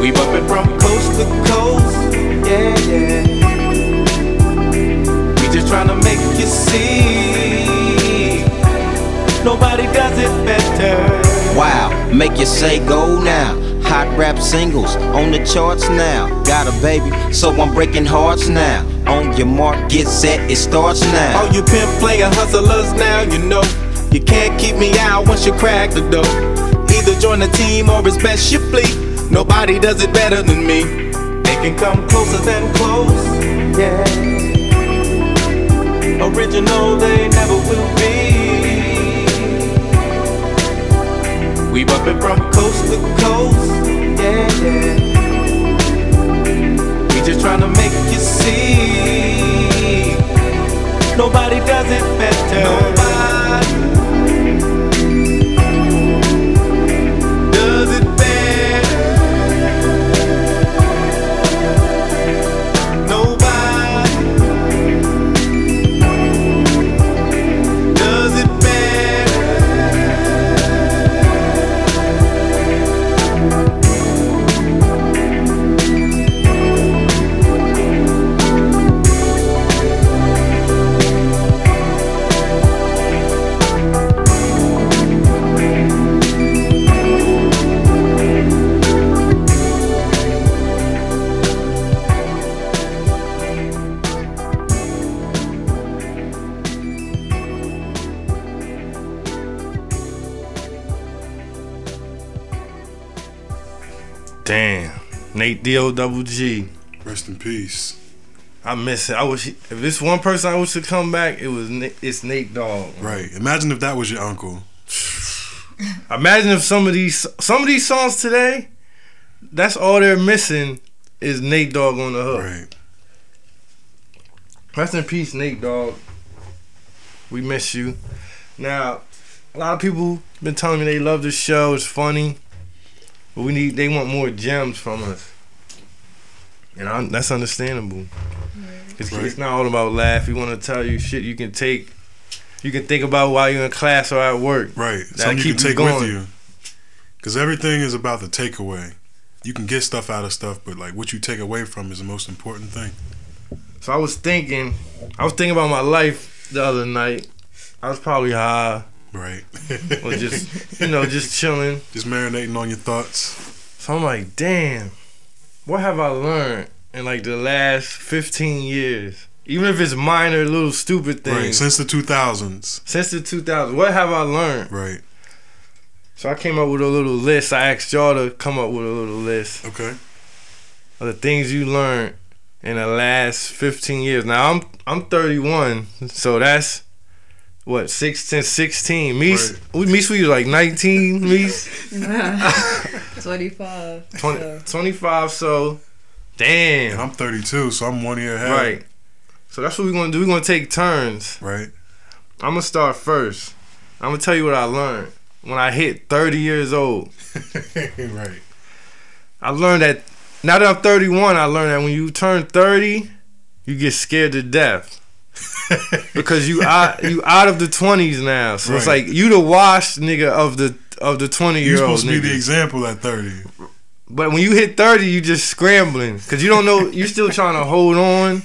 Speaker 8: We bumpin' from coast to coast, yeah, yeah. We just tryna make you see. Nobody does it better.
Speaker 9: Wow, make you say go now. Hot rap singles on the charts now. Got a baby, so I'm breaking hearts now. On your mark, get set, it starts now.
Speaker 8: All you pimp player hustlers now, you know. You can't keep me out once you crack the door. Either join the team or it's best you flee. Nobody does it better than me. They can come closer than close, yeah. Original they never will be. We bumpin' from coast to coast, yeah, yeah. We just tryna make you see. Nobody does it better. Nobody does it better. Nobody does it better.
Speaker 1: Damn. Nate D-O double G.
Speaker 2: Rest in peace.
Speaker 1: I miss it. I wish he, if this one person I wish to come back, it was Na- it's Nate Dogg.
Speaker 2: Right. Imagine if that was your uncle.
Speaker 1: Imagine if some of these some of these songs today, that's all they're missing is Nate Dogg on the hook.
Speaker 2: Right.
Speaker 1: Rest in peace, Nate Dogg. We miss you. Now, a lot of people been telling me they love this show. It's funny, but we need they want more gems from us, and I, that's understandable. It's,
Speaker 2: Right.
Speaker 1: it's not all about laugh. We want to tell you shit you can take, you can think about while you're in class or at work.
Speaker 2: Right.
Speaker 1: That'll
Speaker 2: Something you
Speaker 1: keep
Speaker 2: can take
Speaker 1: you
Speaker 2: with
Speaker 1: going.
Speaker 2: you. Because everything is about the takeaway. You can get stuff out of stuff, but like what you take away from is the most important thing.
Speaker 1: So I was thinking, I was thinking about my life the other night. I was probably high
Speaker 2: Right.
Speaker 1: or just you know just chilling.
Speaker 2: Just marinating on your thoughts.
Speaker 1: So I'm like, damn, what have I learned in like the last 15 years? Even if it's minor, little stupid things.
Speaker 2: Right. Since the 2000s.
Speaker 1: Since the 2000, what have I learned?
Speaker 2: Right.
Speaker 1: So I came up with a little list. I asked y'all to come up with a little list
Speaker 2: Okay.
Speaker 1: of the things you learned in the last 15 years. Now I'm I'm 31, so that's what 16, 16. Me,
Speaker 2: Right.
Speaker 1: me, we was like 19, me,
Speaker 3: Twenty five.
Speaker 1: 20, 25. So, damn,
Speaker 2: And I'm 32, so I'm one year ahead.
Speaker 1: right. So that's what we're gonna do. We're gonna take turns.
Speaker 2: Right.
Speaker 1: I'm gonna start first. I'm gonna tell you what I learned when I hit 30 years old.
Speaker 2: right.
Speaker 1: I learned that now that I'm 31, I learned that when you turn 30, you get scared to death because you out you out of the 20s now. So it's
Speaker 2: Right.
Speaker 1: like you the washed nigga of the of the 20
Speaker 2: You're
Speaker 1: year old
Speaker 2: supposed to be the
Speaker 1: nigga.
Speaker 2: example at 30.
Speaker 1: But when you hit 30, you just scrambling because you don't know you're still trying to hold on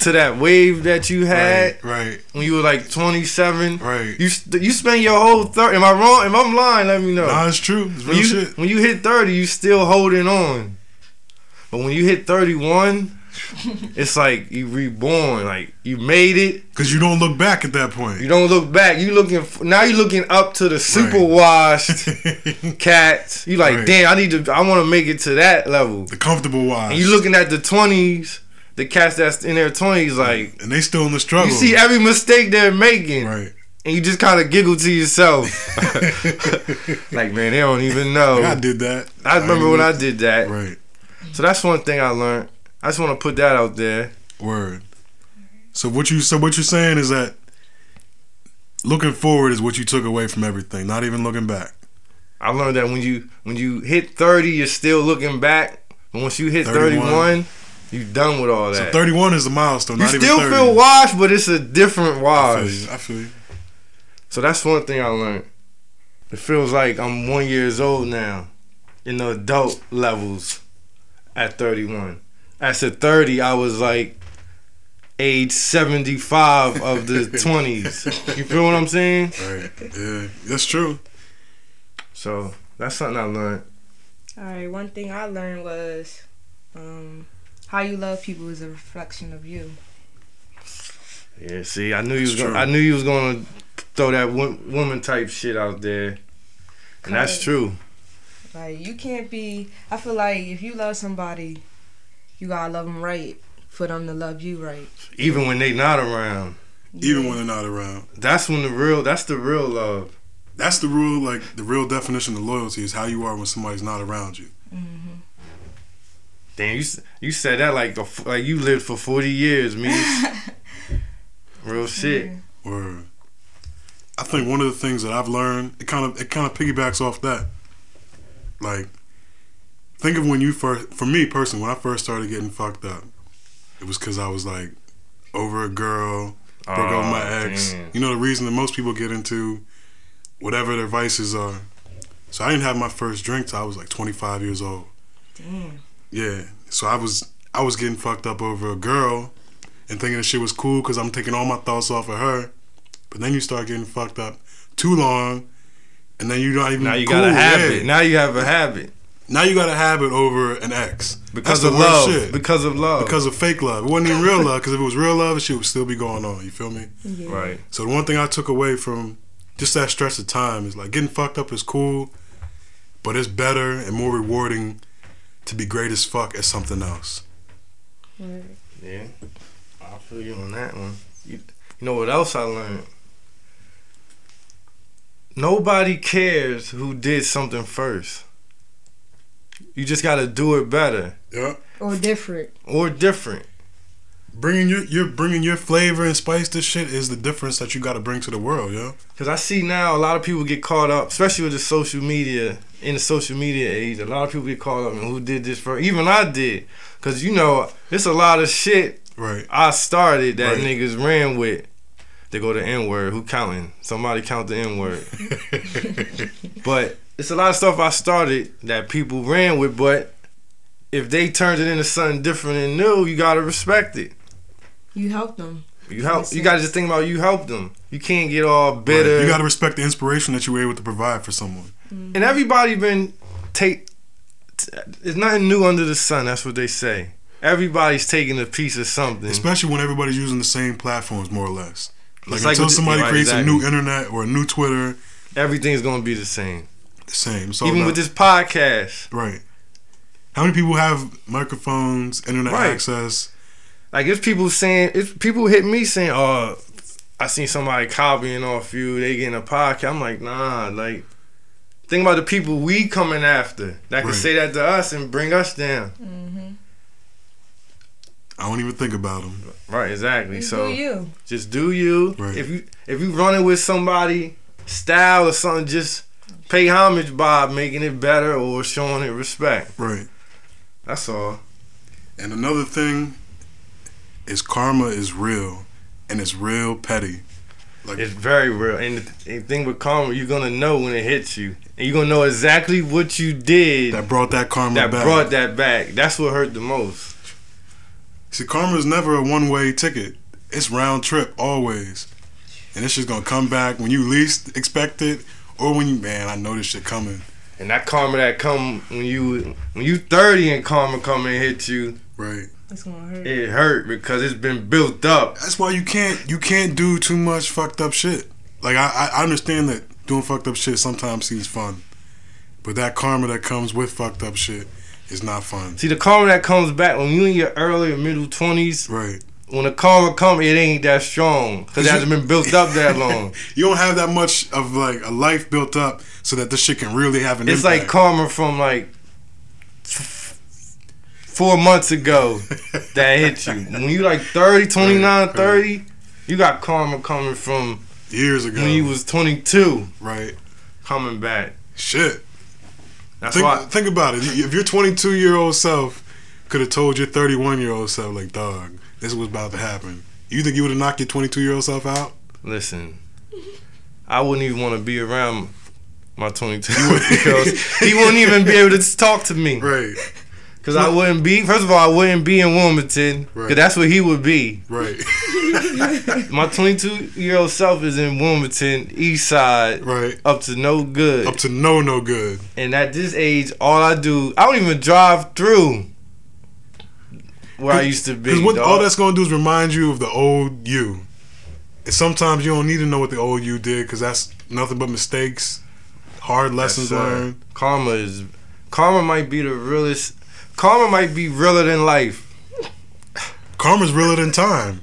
Speaker 1: to that wave that you had.
Speaker 2: Right. Right.
Speaker 1: when you were like 27.
Speaker 2: Right.
Speaker 1: You st- you spend your whole 30. Am I wrong? If I'm lying, let me know.
Speaker 2: Nah, it's true. It's
Speaker 1: when,
Speaker 2: real
Speaker 1: Oh. you,
Speaker 2: shit.
Speaker 1: when you hit 30, you still holding on. But when you hit 31, it's like you reborn. Like you made it.
Speaker 2: Because you don't look back at that point.
Speaker 1: You don't look back. You looking f- now. You looking up to the super
Speaker 2: Right.
Speaker 1: washed cats. You like,
Speaker 2: Right.
Speaker 1: damn. I need to. I want to make it to that level.
Speaker 2: the comfortable wise.
Speaker 1: And you looking at the 20s, the cats that's in their 20s. Like
Speaker 2: And they still in the struggle.
Speaker 1: you see every mistake they're making.
Speaker 2: Right.
Speaker 1: and you just kind of giggle to yourself. like, man, they don't even know.
Speaker 2: I did that.
Speaker 1: I remember when I did that.
Speaker 2: Right.
Speaker 1: So that's one thing I learned. I just want to put that out there.
Speaker 2: Word. So what you so what you're saying is that looking forward is what you took away from everything, not even looking back.
Speaker 1: I learned that when you when you hit 30, you're still looking back. But once you hit 31,
Speaker 2: 31,
Speaker 1: you done with all
Speaker 2: So
Speaker 1: that.
Speaker 2: 31 is the milestone,
Speaker 1: you
Speaker 2: not
Speaker 1: still
Speaker 2: even 30.
Speaker 1: feel washed, but it's a different
Speaker 2: I feel
Speaker 1: wash.
Speaker 2: you. I feel you.
Speaker 1: So that's one thing I learned. It feels like I'm one years old now, in the adult levels, at 31. As a 30, I was like age 75 of the 20s. You feel what I'm saying?
Speaker 2: Right. Yeah. That's true.
Speaker 1: So that's something I learned.
Speaker 3: All right. One thing I learned was um, how you love people is a reflection of you.
Speaker 1: Yeah. See, I knew you was
Speaker 2: It's
Speaker 1: gonna,
Speaker 2: true.
Speaker 1: I knew you was gonna throw that wo- woman type shit out there, and that's
Speaker 3: Correct.
Speaker 1: true.
Speaker 3: Like you can't be. I feel like if you love somebody, you gotta love them right for them to love you right.
Speaker 1: Even when they not around,
Speaker 2: Even when they're not around.
Speaker 1: that's when the real that's the real love.
Speaker 2: That's the rule like the real definition of loyalty is how you are when somebody's not around you.
Speaker 1: Damn, you s- you said that like a, f- like you lived for forty years, me. Real shshit.
Speaker 2: Or I think one of the things that I've learned, it kind of it kind of piggybacks off that. Like, think of when you first, for me personally, when I first started getting fucked up, it was because I was like over a girl, broke up with my
Speaker 1: Aw,
Speaker 2: ex.
Speaker 1: damn.
Speaker 2: You know the reason that most people get into whatever their vices are. So I didn't have my first drink till I was like 25 years old.
Speaker 3: Damn.
Speaker 2: Yeah. So I was I was getting fucked up over a girl and thinking that shit was cool because I'm taking all my thoughts off of her. But then you start getting fucked up too long, and then you're not even.
Speaker 1: Now you
Speaker 2: cool.
Speaker 1: got a
Speaker 2: Yeah.
Speaker 1: habit. Now you have a habit
Speaker 2: Now you got a habit over an ex
Speaker 1: because
Speaker 2: That's
Speaker 1: of
Speaker 2: the worst
Speaker 1: love.
Speaker 2: shit.
Speaker 1: Because of love.
Speaker 2: Because of fake love. It wasn't even real love. Because if it was real love, shit would still be going on. You feel me?
Speaker 3: Yeah.
Speaker 1: right.
Speaker 2: So the one thing I took away from just that stretch of time is like getting fucked up is cool, but it's better and more rewarding to be great as fuck at something else.
Speaker 1: Yeah. I feel you on that one. You, you know what else I learned? Nobody cares who did something first. You just gotta do it better
Speaker 2: Yeah.
Speaker 3: Or different.
Speaker 1: or different.
Speaker 2: Bringing your you're bringing your flavor and spice to shit is the difference that you got to bring to the world, yo.
Speaker 1: Cause I see now a lot of people get caught up, especially with the social media in the social media age. A lot of people get caught up in who did this first. Even I did, cause you know it's a lot of shit
Speaker 2: Right.
Speaker 1: I started that
Speaker 2: Right.
Speaker 1: niggas ran with. They go to N word. Who counting? Somebody count the N word. but it's a lot of stuff I started that people ran with. But if they turned it into something different and new, you gotta respect it.
Speaker 3: You help them.
Speaker 1: You help.
Speaker 3: Makes
Speaker 1: You gotta just think about you helped them. You can't get all bitter.
Speaker 2: Right. You got to respect the inspiration that you were able to provide for someone.
Speaker 1: and everybody been take. It's nothing new under the sun. That's what they say. Everybody's taking a piece of something.
Speaker 2: Especially when everybody's using the same platforms, more or less. Like,
Speaker 1: Mm-hmm. It's like
Speaker 2: until
Speaker 1: with-
Speaker 2: somebody
Speaker 1: right,
Speaker 2: creates a new
Speaker 1: exactly.
Speaker 2: internet or a new Twitter,
Speaker 1: Everything's gonna be the same.
Speaker 2: the same. So
Speaker 1: Even with this podcast,
Speaker 2: right? How many people have microphones, internet
Speaker 1: Right.
Speaker 2: access?
Speaker 1: like if people saying, if people hit me saying, "Oh, I seen somebody copying off you, they getting a podcast," I'm like, nah. Like, think about the people we coming after that can
Speaker 2: Right.
Speaker 1: say that to us and bring us down.
Speaker 2: I don't even think about them.
Speaker 1: Right, exactly.
Speaker 3: You
Speaker 1: so
Speaker 3: do you.
Speaker 1: just do you.
Speaker 2: Right.
Speaker 1: If you if you running with somebody style or something, just pay homage by making it better or showing it respect.
Speaker 2: Right.
Speaker 1: That's all.
Speaker 2: And another thing is karma is real, and it's real petty. Like
Speaker 1: It's very real. And the thing with karma, you're gonna know when it hits you, and you're gonna know exactly what you did
Speaker 2: that
Speaker 1: that,
Speaker 2: brought that karma back.
Speaker 1: brought that back. That's what hurt the most.
Speaker 2: See, karma is never a one way ticket. It's round trip always, and it's just gonna come back when you least expect it, or when you man, I know this shit coming.
Speaker 1: And that karma that come when you when you 30 and karma come and hit you,
Speaker 2: Right.
Speaker 3: It's gonna hurt.
Speaker 1: it hurt because it's been built up.
Speaker 2: That's why you can't you can't do too much fucked up shit. Like I, I understand that doing fucked up shit sometimes seems fun, but that karma that comes with fucked up shit is not fun.
Speaker 1: See the karma that comes back when you in your early or middle 20s,
Speaker 2: Right.
Speaker 1: when the karma come, it ain't that strong because it hasn't been built up that long.
Speaker 2: You don't have that much of like a life built up so that this shit can really have an
Speaker 1: It's
Speaker 2: impact.
Speaker 1: like karma from like f- four months ago that hit you. When you like 30, 29,
Speaker 2: Right, right.
Speaker 1: 30, you got karma coming from
Speaker 2: years ago.
Speaker 1: when you was 22
Speaker 2: right.
Speaker 1: coming back.
Speaker 2: Shit.
Speaker 1: That's
Speaker 2: Think,
Speaker 1: why
Speaker 2: think about it. If your 22 year old self could have told your 31 year old self, like, dog, this was about to happen, you think you would have knocked your 22 year old self out?
Speaker 1: listen. I wouldn't even want to be around my 22 because he wouldn't even be able to talk to me.
Speaker 2: Right.
Speaker 1: Because I wouldn't be, first of all, I wouldn't be in Wilmington. Because
Speaker 2: Right.
Speaker 1: that's what he would be.
Speaker 2: Right.
Speaker 1: My 22 year old self is in Wilmington, East Side,
Speaker 2: right.
Speaker 1: up to no good.
Speaker 2: Up to no, no good.
Speaker 1: and at this age, all I do, I don't even drive through where I used to be.
Speaker 2: Because what
Speaker 1: dawg.
Speaker 2: all that's gonna do is remind you of the old you. And sometimes you don't need to know what the old you did because that's nothing but mistakes, hard lessons
Speaker 1: sir.
Speaker 2: learned.
Speaker 1: karma is, karma might be the realest. Karma might be realer than life.
Speaker 2: Karma's realer than time.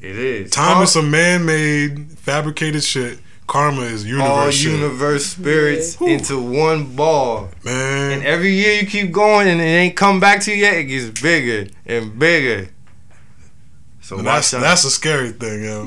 Speaker 1: It is.
Speaker 2: Time is some man-made, fabricated shit. Karma is universe.
Speaker 1: all
Speaker 2: shit.
Speaker 1: universe spirits
Speaker 2: Yeah.
Speaker 1: into one ball.
Speaker 2: man.
Speaker 1: And every year you keep going and it ain't come back to you yet, it gets bigger and bigger. So
Speaker 2: And
Speaker 1: watch
Speaker 2: that's
Speaker 1: out.
Speaker 2: that's a scary thing, yo.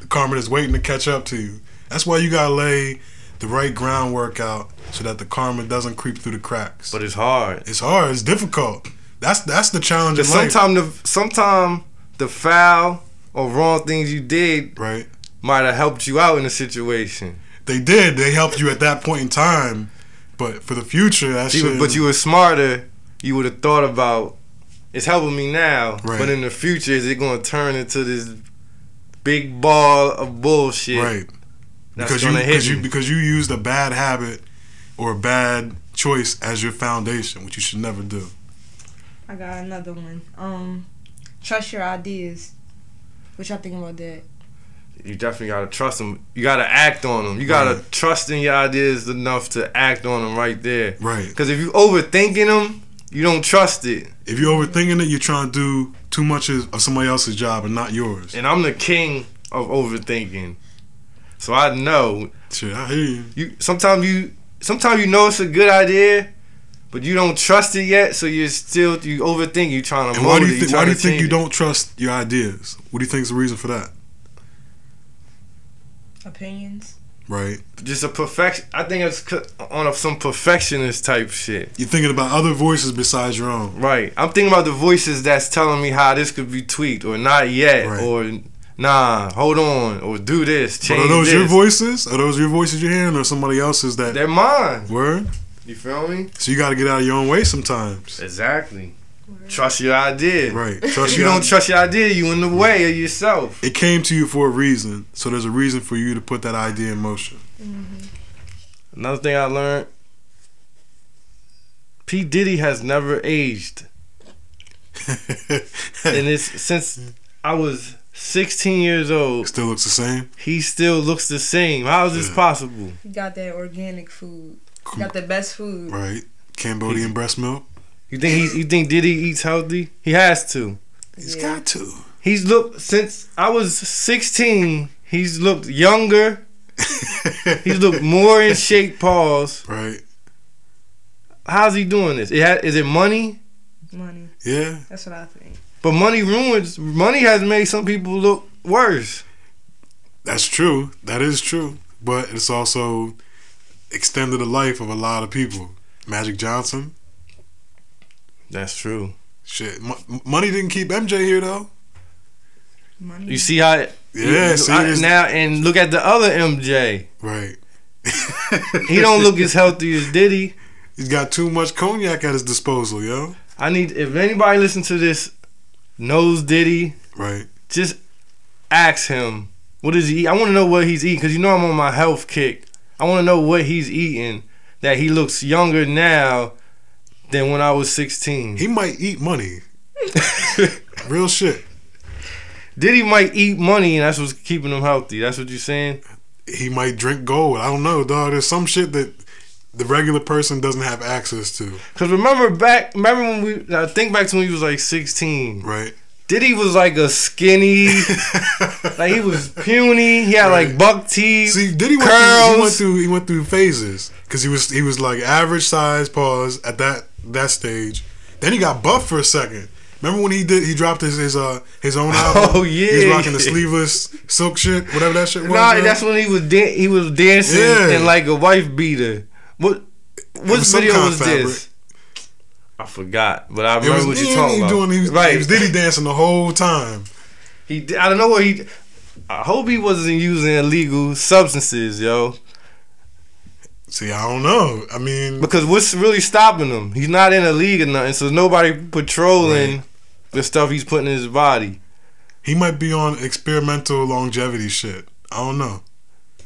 Speaker 2: The karma is waiting to catch up to you. That's why you gotta lay the right groundwork out so that the karma doesn't creep through the cracks.
Speaker 1: but it's hard.
Speaker 2: it's hard. It's difficult. That's that's the challenge in life,
Speaker 1: Sometimes the sometime the foul or wrong things you did
Speaker 2: right?
Speaker 1: might have helped you out in a situation.
Speaker 2: They did. They helped you at that point in time, but for the future, that
Speaker 1: See,
Speaker 2: shit.
Speaker 1: but you were smarter. You would have thought about it's helping me now,
Speaker 2: Right.
Speaker 1: but in the future, is it going to turn into this big ball of bullshit?
Speaker 2: right
Speaker 1: That's
Speaker 2: because you
Speaker 1: gonna hit
Speaker 2: because you
Speaker 1: me.
Speaker 2: because you used a bad habit or a bad choice as your foundation, which you should never do.
Speaker 3: I got another one. Um, trust your ideas. What y'all think about that?
Speaker 1: You definitely got to trust them. You got to act on them. You got to
Speaker 2: Right.
Speaker 1: trust in your ideas enough to act on them right there.
Speaker 2: Right.
Speaker 1: Because if you overthinking them, you don't trust it.
Speaker 2: If you're overthinking it, you're trying to do too much of of somebody else's job and not yours.
Speaker 1: And I'm the king of overthinking. So I know
Speaker 2: Shit, I hear you.
Speaker 1: you sometimes you sometimes you know it's a good idea, but you don't trust it yet, so you're still you overthink, you trying to
Speaker 2: And why
Speaker 1: mold
Speaker 2: do you
Speaker 1: it, you
Speaker 2: think why
Speaker 1: trying
Speaker 2: do
Speaker 1: to
Speaker 2: you think
Speaker 1: change
Speaker 2: you
Speaker 1: it.
Speaker 2: don't trust your ideas? What do you think is the reason for that?
Speaker 3: Opinions.
Speaker 2: Right?
Speaker 1: just a perfection I think it's c- on a, some perfectionist type shit.
Speaker 2: You're thinking about other voices besides your own.
Speaker 1: Right. I'm thinking about the voices that's telling me how this could be tweaked or not yet
Speaker 2: Right.
Speaker 1: or nah, hold on or do this,
Speaker 2: But
Speaker 1: change
Speaker 2: are those
Speaker 1: this.
Speaker 2: your voices? Are those your voices you're hearing, or somebody else's that?
Speaker 1: They're mine.
Speaker 2: Word.
Speaker 1: You feel me?
Speaker 2: So you got to get out of your own way sometimes.
Speaker 1: Exactly. Trust your idea.
Speaker 2: Right.
Speaker 1: If
Speaker 2: Trust
Speaker 1: you
Speaker 2: your-
Speaker 1: don't trust your idea, you in the way of yourself.
Speaker 2: It came to you for a reason, so there's a reason for you to put that idea in motion.
Speaker 1: Another thing I learned P. Diddy has never aged. and it's since I was 16 years old,
Speaker 2: Still looks the same.
Speaker 1: he still looks the same. How is this
Speaker 2: Yeah.
Speaker 1: possible?
Speaker 3: He got that organic food. He got the best food.
Speaker 2: Right. Cambodian breast milk.
Speaker 1: You think he's, you think Diddy eats healthy? He has to.
Speaker 2: He's
Speaker 3: Yeah.
Speaker 2: got to.
Speaker 1: He's looked since I was 16. He's looked younger. He's looked more in shape. Pause.
Speaker 2: Right.
Speaker 1: How's he doing this? It ha- is it money?
Speaker 3: Money.
Speaker 2: Yeah.
Speaker 3: That's what I think.
Speaker 1: But money ruins. Money has made some people look worse.
Speaker 2: That's true. That is true. But it's also extended the life of a lot of people. Magic Johnson.
Speaker 1: That's true.
Speaker 2: Shit. Mo- money didn't keep MJ here though.
Speaker 3: Money.
Speaker 1: You see how? it-
Speaker 2: Yeah.
Speaker 1: you-
Speaker 2: see,
Speaker 1: I-
Speaker 2: it's-
Speaker 1: now and look at the other MJ.
Speaker 2: right.
Speaker 1: He don't look as healthy as Diddy.
Speaker 2: He's got too much cognac at his disposal, yo.
Speaker 1: I need if anybody listen to this knows Diddy,
Speaker 2: Right.
Speaker 1: just ask him what is he. eat? I want to know what he's eating because you know I'm on my health kick. I want to know what he's eating that he looks younger now than when I was 16.
Speaker 2: He might eat money. Real shit.
Speaker 1: Diddy might eat money and that's what's keeping him healthy. That's what you're saying.
Speaker 2: he might drink gold. I don't know, dog. There's some shit that the regular person doesn't have access to,
Speaker 1: Cause remember back, remember when we now think back to when he was like 16.
Speaker 2: right?
Speaker 1: Diddy was like a skinny, like he was puny. He had like
Speaker 2: Right.
Speaker 1: buck teeth,
Speaker 2: See, Diddy went through, he went
Speaker 1: curls.
Speaker 2: through he went through phases because he was he was like average size pause at that that stage. Then he got buff for a second. Remember when he did he dropped his his uh his own album?
Speaker 1: Oh,
Speaker 2: he's
Speaker 1: yeah.
Speaker 2: rocking the sleeveless silk shit, whatever that shit was.
Speaker 1: Nah,
Speaker 2: yo.
Speaker 1: that's when he was dan- he was dancing
Speaker 2: Yeah.
Speaker 1: and like a wife beater. What what
Speaker 2: was some
Speaker 1: video
Speaker 2: kind of
Speaker 1: was this? I forgot, but I
Speaker 2: it
Speaker 1: remember
Speaker 2: was
Speaker 1: what you're talking
Speaker 2: he
Speaker 1: about.
Speaker 2: doing he was,
Speaker 1: right,
Speaker 2: he was Diddy dancing the whole time.
Speaker 1: He did- I don't know what he. I hope he wasn't using illegal substances, yo.
Speaker 2: See, I don't know. I mean,
Speaker 1: Because what's really stopping him? He's not in a league or nothing, so nobody patrolling the stuff he's putting in his body.
Speaker 2: He might be on experimental longevity shit. I don't know.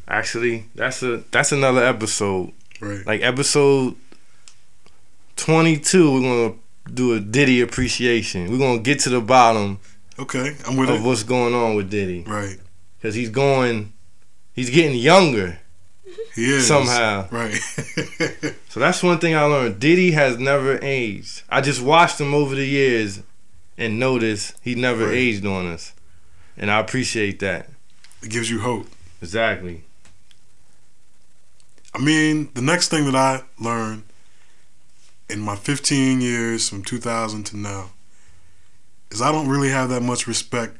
Speaker 1: Actually, that's a that's another episode.
Speaker 2: Right.
Speaker 1: Like episode twenty two, we're gonna do a Diddy appreciation. We're gonna get to the bottom
Speaker 2: okay, I'm with
Speaker 1: of
Speaker 2: it.
Speaker 1: what's going on with Diddy
Speaker 2: Right.
Speaker 1: because he's going, he's getting younger.
Speaker 2: He is
Speaker 1: Somehow.
Speaker 2: Right.
Speaker 1: So that's one thing I learned. Diddy has never aged. I just watched him over the years and noticed he never
Speaker 2: Right.
Speaker 1: aged on us, and I appreciate that.
Speaker 2: it gives you hope.
Speaker 1: Exactly.
Speaker 2: I mean, the next thing that I learned in my 15 years from 2000 to now is I don't really have that much respect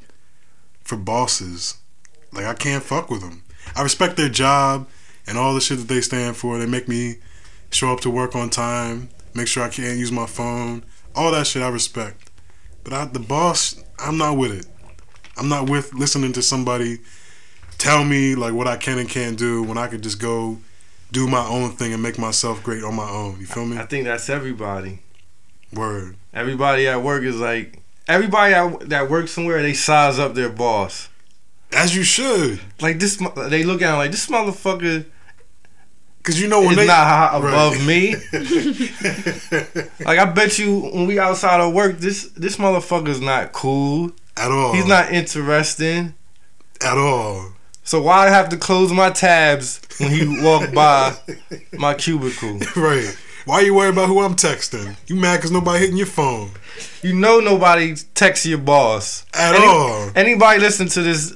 Speaker 2: for bosses. Like I can't fuck with them. I respect their job and all the shit that they stand for. They make me show up to work on time, make sure I can't use my phone, all that shit I respect. But I, the boss, I'm not with it. I'm not with listening to somebody tell me like what I can and can't do when I could just go do my own thing and make myself great on my own. You feel me?
Speaker 1: I think that's everybody.
Speaker 2: Word.
Speaker 1: Everybody at work is like everybody at, that works somewhere. They size up their boss.
Speaker 2: As you should,
Speaker 1: Like this, mo- they look at him like this motherfucker
Speaker 2: because you know when
Speaker 1: is
Speaker 2: they
Speaker 1: not high
Speaker 2: Right.
Speaker 1: above me. Like I bet you when we outside of work, this this motherfucker's not cool.
Speaker 2: at all.
Speaker 1: He's not interesting.
Speaker 2: at all.
Speaker 1: So why I have to close my tabs when he walk by my cubicle?
Speaker 2: Right. Why you worried about who I'm texting? You mad because nobody hitting your phone?
Speaker 1: You know nobody texts your boss
Speaker 2: At
Speaker 1: Any-
Speaker 2: all.
Speaker 1: Anybody listen to this?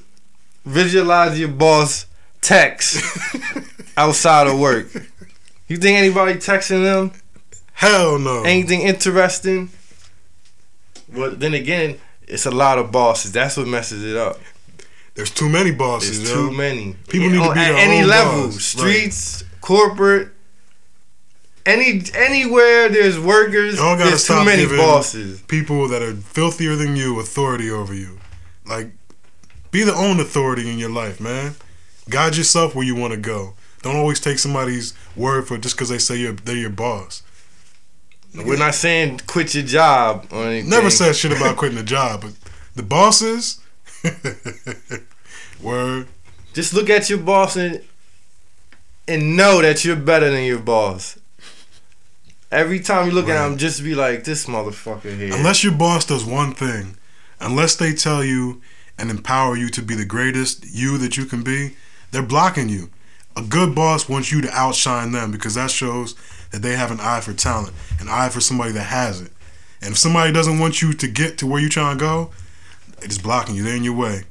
Speaker 1: Visualize your boss text outside of work. You think anybody texting them
Speaker 2: Hell no.
Speaker 1: anything interesting? But then again, it's a lot of bosses. That's what messes it up.
Speaker 2: There's too many
Speaker 1: It's
Speaker 2: bosses. yo.
Speaker 1: too many.
Speaker 2: People need to
Speaker 1: On-
Speaker 2: be
Speaker 1: Oh, at
Speaker 2: their
Speaker 1: any
Speaker 2: own
Speaker 1: level,
Speaker 2: boss, right.
Speaker 1: streets, corporate, any anywhere there's workers,
Speaker 2: Y'all gotta
Speaker 1: there's too
Speaker 2: stop
Speaker 1: many
Speaker 2: giving-
Speaker 1: bosses.
Speaker 2: People that are filthier than you, authority over you. Like, be the own authority in your life, man. Guide yourself where you want to go. Don't always take somebody's word for just because they say you're, they're your boss.
Speaker 1: We're not saying quit your job or anything.
Speaker 2: Never said shit about quitting a job, but the bosses, word,
Speaker 1: Just look at your boss and and know that you're better than your boss. Every time you look at him, just be like, this motherfucker here.
Speaker 2: Unless your boss does one thing, unless they tell you and empower you to be the greatest you that you can be, they're blocking you. A good boss wants you to outshine them because that shows that they have an eye for talent, an eye for somebody that has it. And if somebody doesn't want you to get to where you're trying to go, they're just blocking you. They're in your way.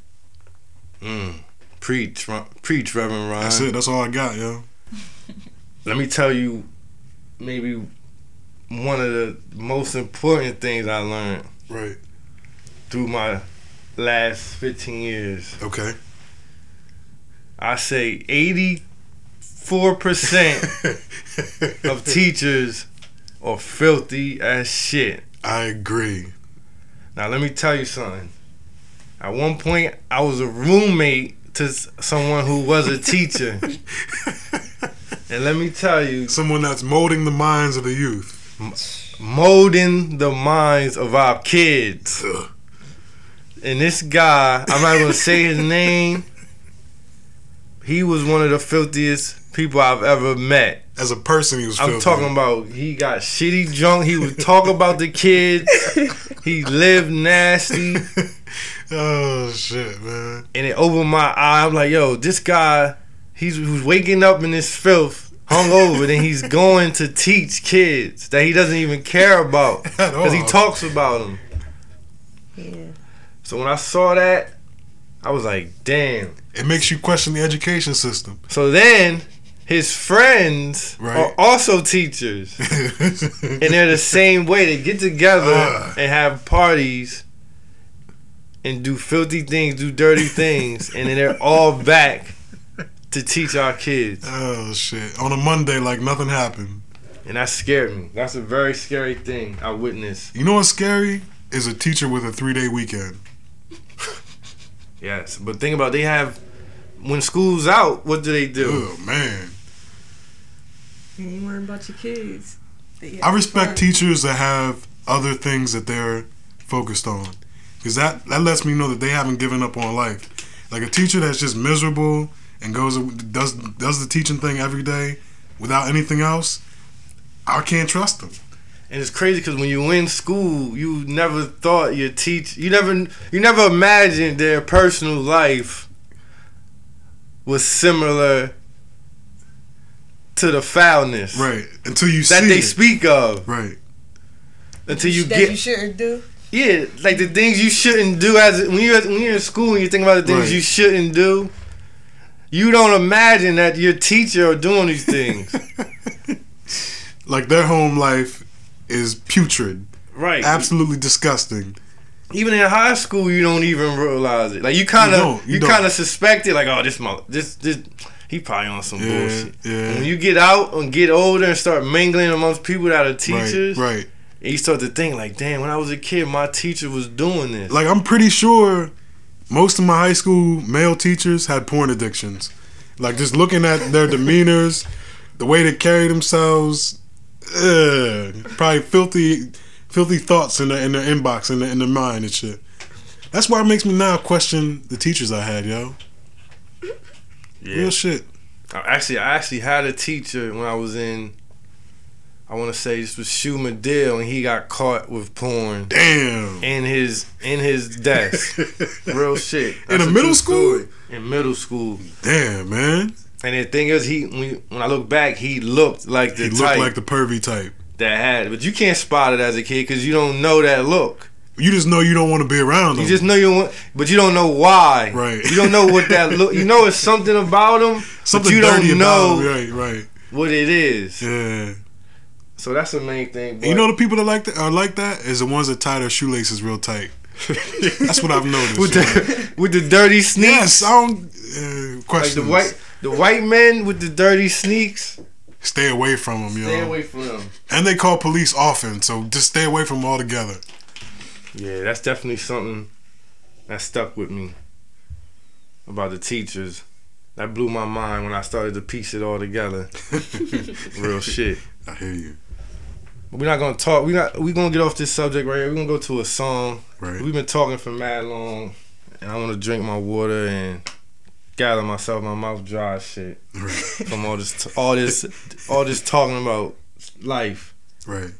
Speaker 1: Mm. Preach, Ron- preach, Reverend Ron.
Speaker 2: That's it. That's all I got, yo.
Speaker 1: Let me tell you, maybe one of the most important things I learned
Speaker 2: Right.
Speaker 1: through my last 15 years.
Speaker 2: Okay.
Speaker 1: I say 84% of teachers are filthy as shit.
Speaker 2: I agree.
Speaker 1: Now, let me tell you something. At one point, I was a roommate to s- someone who was a teacher. and let me tell you,
Speaker 2: Someone that's molding the minds of the youth.
Speaker 1: molding the minds of our kids.
Speaker 2: Ugh.
Speaker 1: And this guy, I'm not gonna say his name. He was one of the filthiest people I've ever met.
Speaker 2: As a person, he was.
Speaker 1: I'm
Speaker 2: filthy.
Speaker 1: talking about he got shitty drunk. He would talk about the kids. He lived nasty,
Speaker 2: oh shit, man.
Speaker 1: and it opened my eye. I'm like, yo, this guy, he's who's waking up in this filth, hungover, then he's going to teach kids that he doesn't even care about
Speaker 2: At
Speaker 1: because he
Speaker 2: all.
Speaker 1: talks about them.
Speaker 3: Yeah.
Speaker 1: So when I saw that, I was like, damn.
Speaker 2: It makes you question the education system.
Speaker 1: So then his friends
Speaker 2: Right.
Speaker 1: are also teachers. and
Speaker 2: and
Speaker 1: they're the same way. They get together
Speaker 2: Ugh.
Speaker 1: and have parties and do filthy things, do dirty things, and then they're all back to teach our kids.
Speaker 2: Oh shit! On a Monday, like nothing happened.
Speaker 1: And that scared me. That's a very scary thing I witnessed.
Speaker 2: You know what's scary is a teacher with a three-day weekend.
Speaker 1: Yes. But think about it, they have when school's out, what do they do?
Speaker 2: Oh man,
Speaker 3: You ain't worrying about your kids. They
Speaker 2: I
Speaker 3: have
Speaker 2: respect
Speaker 3: fun.
Speaker 2: teachers that have other things that they're focused on, because that that lets me know that they haven't given up on life. Like a teacher that's just miserable and goes does does the teaching thing every day without anything else, I can't trust them.
Speaker 1: And it's crazy because when you in school, you never thought your teach, you never, you never imagined their personal life was similar to the foulness
Speaker 2: Right until you
Speaker 1: that
Speaker 2: see
Speaker 1: they
Speaker 2: it.
Speaker 1: speak of.
Speaker 2: Right.
Speaker 1: Until you
Speaker 3: that you
Speaker 1: get,
Speaker 3: shouldn't do.
Speaker 1: yeah, like the things you shouldn't do as when you're when you're in school and you think about the things
Speaker 2: Right.
Speaker 1: you shouldn't do. You don't imagine that your teacher are doing these things,
Speaker 2: Like their home life is putrid,
Speaker 1: right?
Speaker 2: absolutely disgusting.
Speaker 1: even in high school, you don't even realize it. Like you kind
Speaker 2: You
Speaker 1: of
Speaker 2: don't,
Speaker 1: you,
Speaker 2: you don't.
Speaker 1: kind of suspect it. Like oh, this mother, this this he probably on some
Speaker 2: Yeah,
Speaker 1: bullshit.
Speaker 2: yeah.
Speaker 1: And when you get out and get older and start mingling amongst people that are teachers,
Speaker 2: Right, right.
Speaker 1: And you start to think like, damn, when I was a kid, my teacher was doing this.
Speaker 2: Like I'm pretty sure most of my high school male teachers had porn addictions. Like just looking at their demeanors, the way they carry themselves, ugh, probably filthy, filthy thoughts in their in their inbox in their, in their mind and shit. That's why it makes me now question the teachers I had, yo.
Speaker 1: yeah.
Speaker 2: Real shit.
Speaker 1: I Actually, I actually had a teacher when I was in. I want to say this was Shu Medill, and he got caught with porn
Speaker 2: Damn.
Speaker 1: in his in his desk. Real shit.
Speaker 2: In
Speaker 1: That's
Speaker 2: a
Speaker 1: a
Speaker 2: middle
Speaker 1: true
Speaker 2: school.
Speaker 1: story. In middle school.
Speaker 2: Damn, man.
Speaker 1: And the thing is, he when, when I look back, he looked like the
Speaker 2: He
Speaker 1: type
Speaker 2: looked like the pervy type.
Speaker 1: that had, but you can't spot it as a kid because you don't know that look.
Speaker 2: You just know you don't want to be around him.
Speaker 1: You just know you, want, but you don't know why.
Speaker 2: Right.
Speaker 1: You don't know what that look. You know it's something about him,
Speaker 2: Something
Speaker 1: but you
Speaker 2: dirty
Speaker 1: don't know
Speaker 2: about him. Right, right.
Speaker 1: what it is.
Speaker 2: Yeah.
Speaker 1: So that's the main thing.
Speaker 2: And you know the people that like that are like that is the ones that tie their shoelaces real tight. That's what I've noticed.
Speaker 1: with the with the dirty sneaks,
Speaker 2: yes, I don't uh,
Speaker 1: like the
Speaker 2: question.
Speaker 1: white the white men with the dirty sneaks.
Speaker 2: Stay away from them, yo.
Speaker 1: Stay away from them.
Speaker 2: And they call police often, so just stay away from them altogether.
Speaker 1: Yeah, that's definitely something that stuck with me about the teachers. That blew my mind when I started to piece it all together. Real shit.
Speaker 2: I hear you.
Speaker 1: But we're not gonna talk. We're not. We're gonna get off this subject right here. We're gonna go to a song.
Speaker 2: Right.
Speaker 1: We've been talking for mad long, and I want to drink my water and gather myself. My mouth dry as shit
Speaker 2: Right.
Speaker 1: from all this, all this, all this talking about life.
Speaker 2: Right.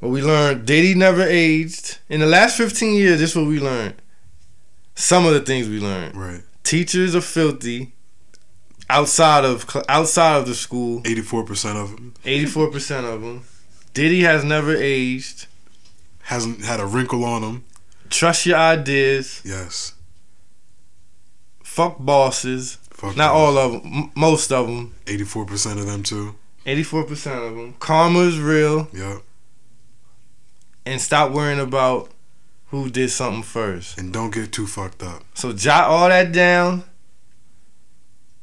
Speaker 1: But we learned Diddy never aged. In the last 15 years, this is what we learned. Some of the things we learned.
Speaker 2: Right.
Speaker 1: Teachers are filthy. Outside of cl- outside of the school,
Speaker 2: Eighty-four percent of them
Speaker 1: 84% of them. Diddy has never aged.
Speaker 2: hasn't had a wrinkle on them.
Speaker 1: Trust your ideas.
Speaker 2: Yes.
Speaker 1: Fuck bosses.
Speaker 2: Fuck
Speaker 1: Not all of them. M- most of them.
Speaker 2: Eighty-four percent of them too.
Speaker 1: 84% of them. Karma is real.
Speaker 2: Yeah.
Speaker 1: And stop worrying about who did something first.
Speaker 2: And don't get too fucked up.
Speaker 1: So jot all that down.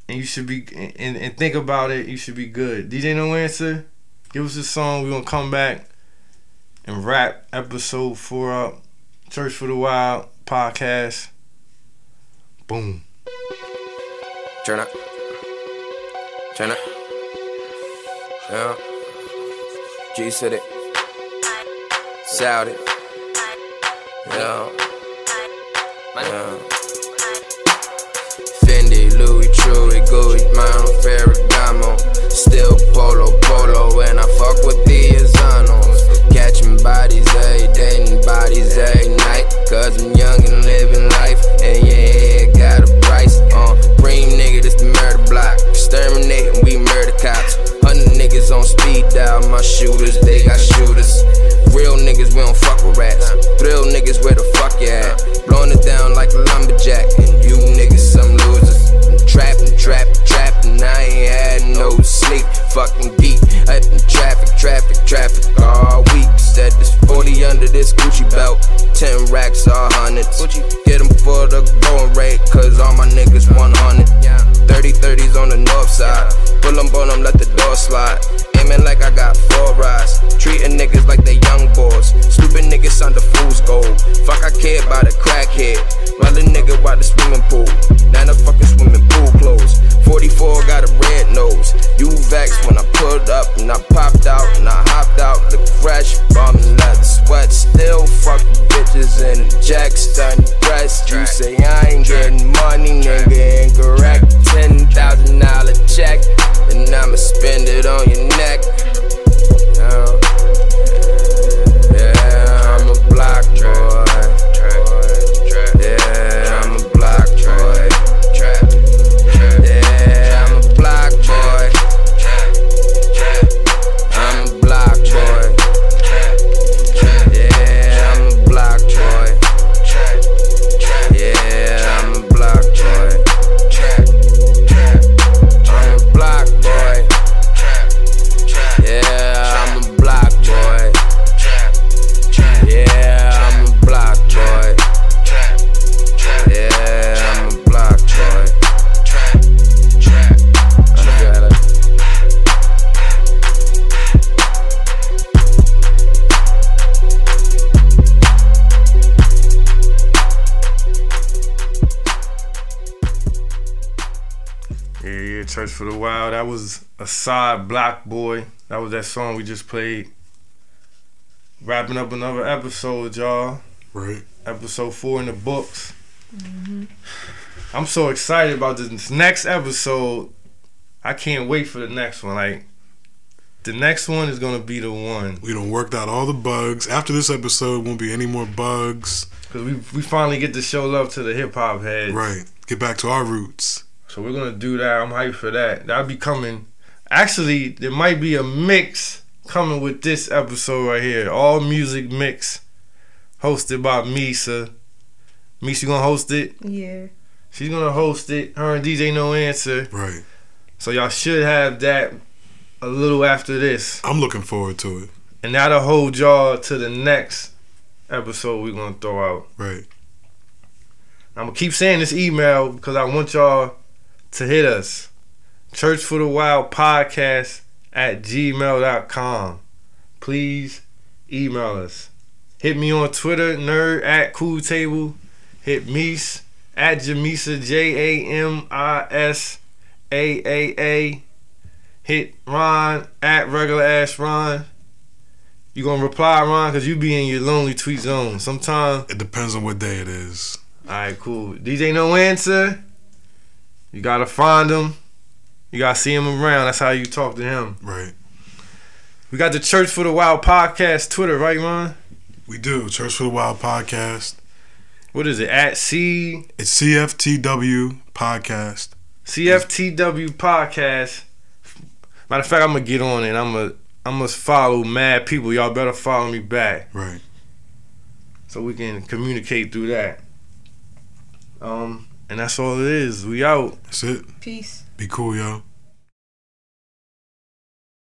Speaker 1: And you should be and, and think about it. You should be good. DJ No Answer, give us a song. We're gonna come back and wrap episode four up. Church for the Wild podcast. Boom.
Speaker 9: Turn up. Turn up. Yeah. G said it. Sound it. Yeah. Yeah. Fendi, Louis, Truly, Gucci, Mano, Ferragamo. Still polo, polo, and I fuck with the Azanos. Catching bodies, ayy, dating bodies, ayy, night. Cause I'm young and living life, and yeah, it got a price. Uh, bring nigga, this the murder block. Exterminating, we murder cops. Hundred niggas on speed dial, my shooters, they got shooters. Real niggas, we don't fuck with rats. Thrill niggas, where the fuck you at? Blowing it down like a lumberjack, and you niggas, some losers. I'm trapping, trapping, trapping, I ain't had no sleep. Fucking beat up in traffic, traffic, traffic all week. Said this 40 under this Gucci belt, 10 racks, all hundreds. Get them for the going rate, cause all my niggas 100. 30 30s on the north side, pull them on them, let the door slide. Aiming like I got four rides, treating niggas like they young boys. Stupid niggas under fool's gold. Fuck, I care about a crackhead. Run a nigga by the swimming pool. Now the fucking swimming pool closed. 44 got a red nose. You vexed when I pulled up and I popped out and I hopped out. Look fresh, bumming leather sweat. Still fucking bitches in the jacks, done breast. You say I ain't getting money, nigga, incorrect. $10,000 check, and I'ma spend it on your neck. Yeah. Yeah, I'm a block boy. Yeah, I'm a block boy. Yeah, I'm a block boy. I'm a block boy. Yeah, I'm a block boy. Yeah, I'm a block boy. I'm a block boy. Yeah, I'm a block boy. Yeah, I'm a block boy. Yeah, I'm a block boy. I got it.
Speaker 1: Yeah, yeah, Church for the Wild. That was a side block boy. That was that song we just played. Wrapping up another episode, y'all.
Speaker 2: Right.
Speaker 1: episode four in the books. I'm so excited about this next episode. I can't wait for the next one. Like, the next one is gonna be the one
Speaker 2: We done worked out all the bugs. After this episode, won't be any more bugs.
Speaker 1: because we we finally get to show love to the hip hop head.
Speaker 2: Right. Get back to our roots.
Speaker 1: So we're gonna do that. I'm hyped for that. That'll be coming. Actually, there might be a mix coming with this episode right here. All music mix, hosted by Misa. Misa, you gonna host it?
Speaker 3: Yeah.
Speaker 1: She's gonna host it. Her and DJ No Answer.
Speaker 2: Right.
Speaker 1: So y'all should have that a little after this.
Speaker 2: I'm looking forward to it.
Speaker 1: And that'll hold y'all to the next episode we're gonna throw out.
Speaker 2: Right.
Speaker 1: I'm gonna keep saying this email because I want y'all to hit us. Church for the Wild Podcast at gmail.com. Please email us. Hit me on Twitter, nerd at cool table. Hit Meese at Jamisa J A M I S A A A. Hit Ron at regular ass Ron. You gonna reply, Ron, because you be in your lonely tweet zone. Sometimes
Speaker 2: It depends on what day it is.
Speaker 1: all right, cool. DJ No Answer. You gotta find him. You gotta see him around. That's how you talk to him.
Speaker 2: Right.
Speaker 1: We got the Church for the Wild podcast Twitter, right, man?
Speaker 2: We do. Church for the Wild podcast.
Speaker 1: What is it? At C
Speaker 2: It's CFTW podcast.
Speaker 1: CFTW podcast. Matter of fact, I'm gonna get on it. I'm gonna I must follow mad people. Y'all better follow me back
Speaker 2: Right.
Speaker 1: so we can communicate through that. Um, and that's all it is. We out.
Speaker 2: That's it.
Speaker 3: Peace.
Speaker 2: Be cool, y'all.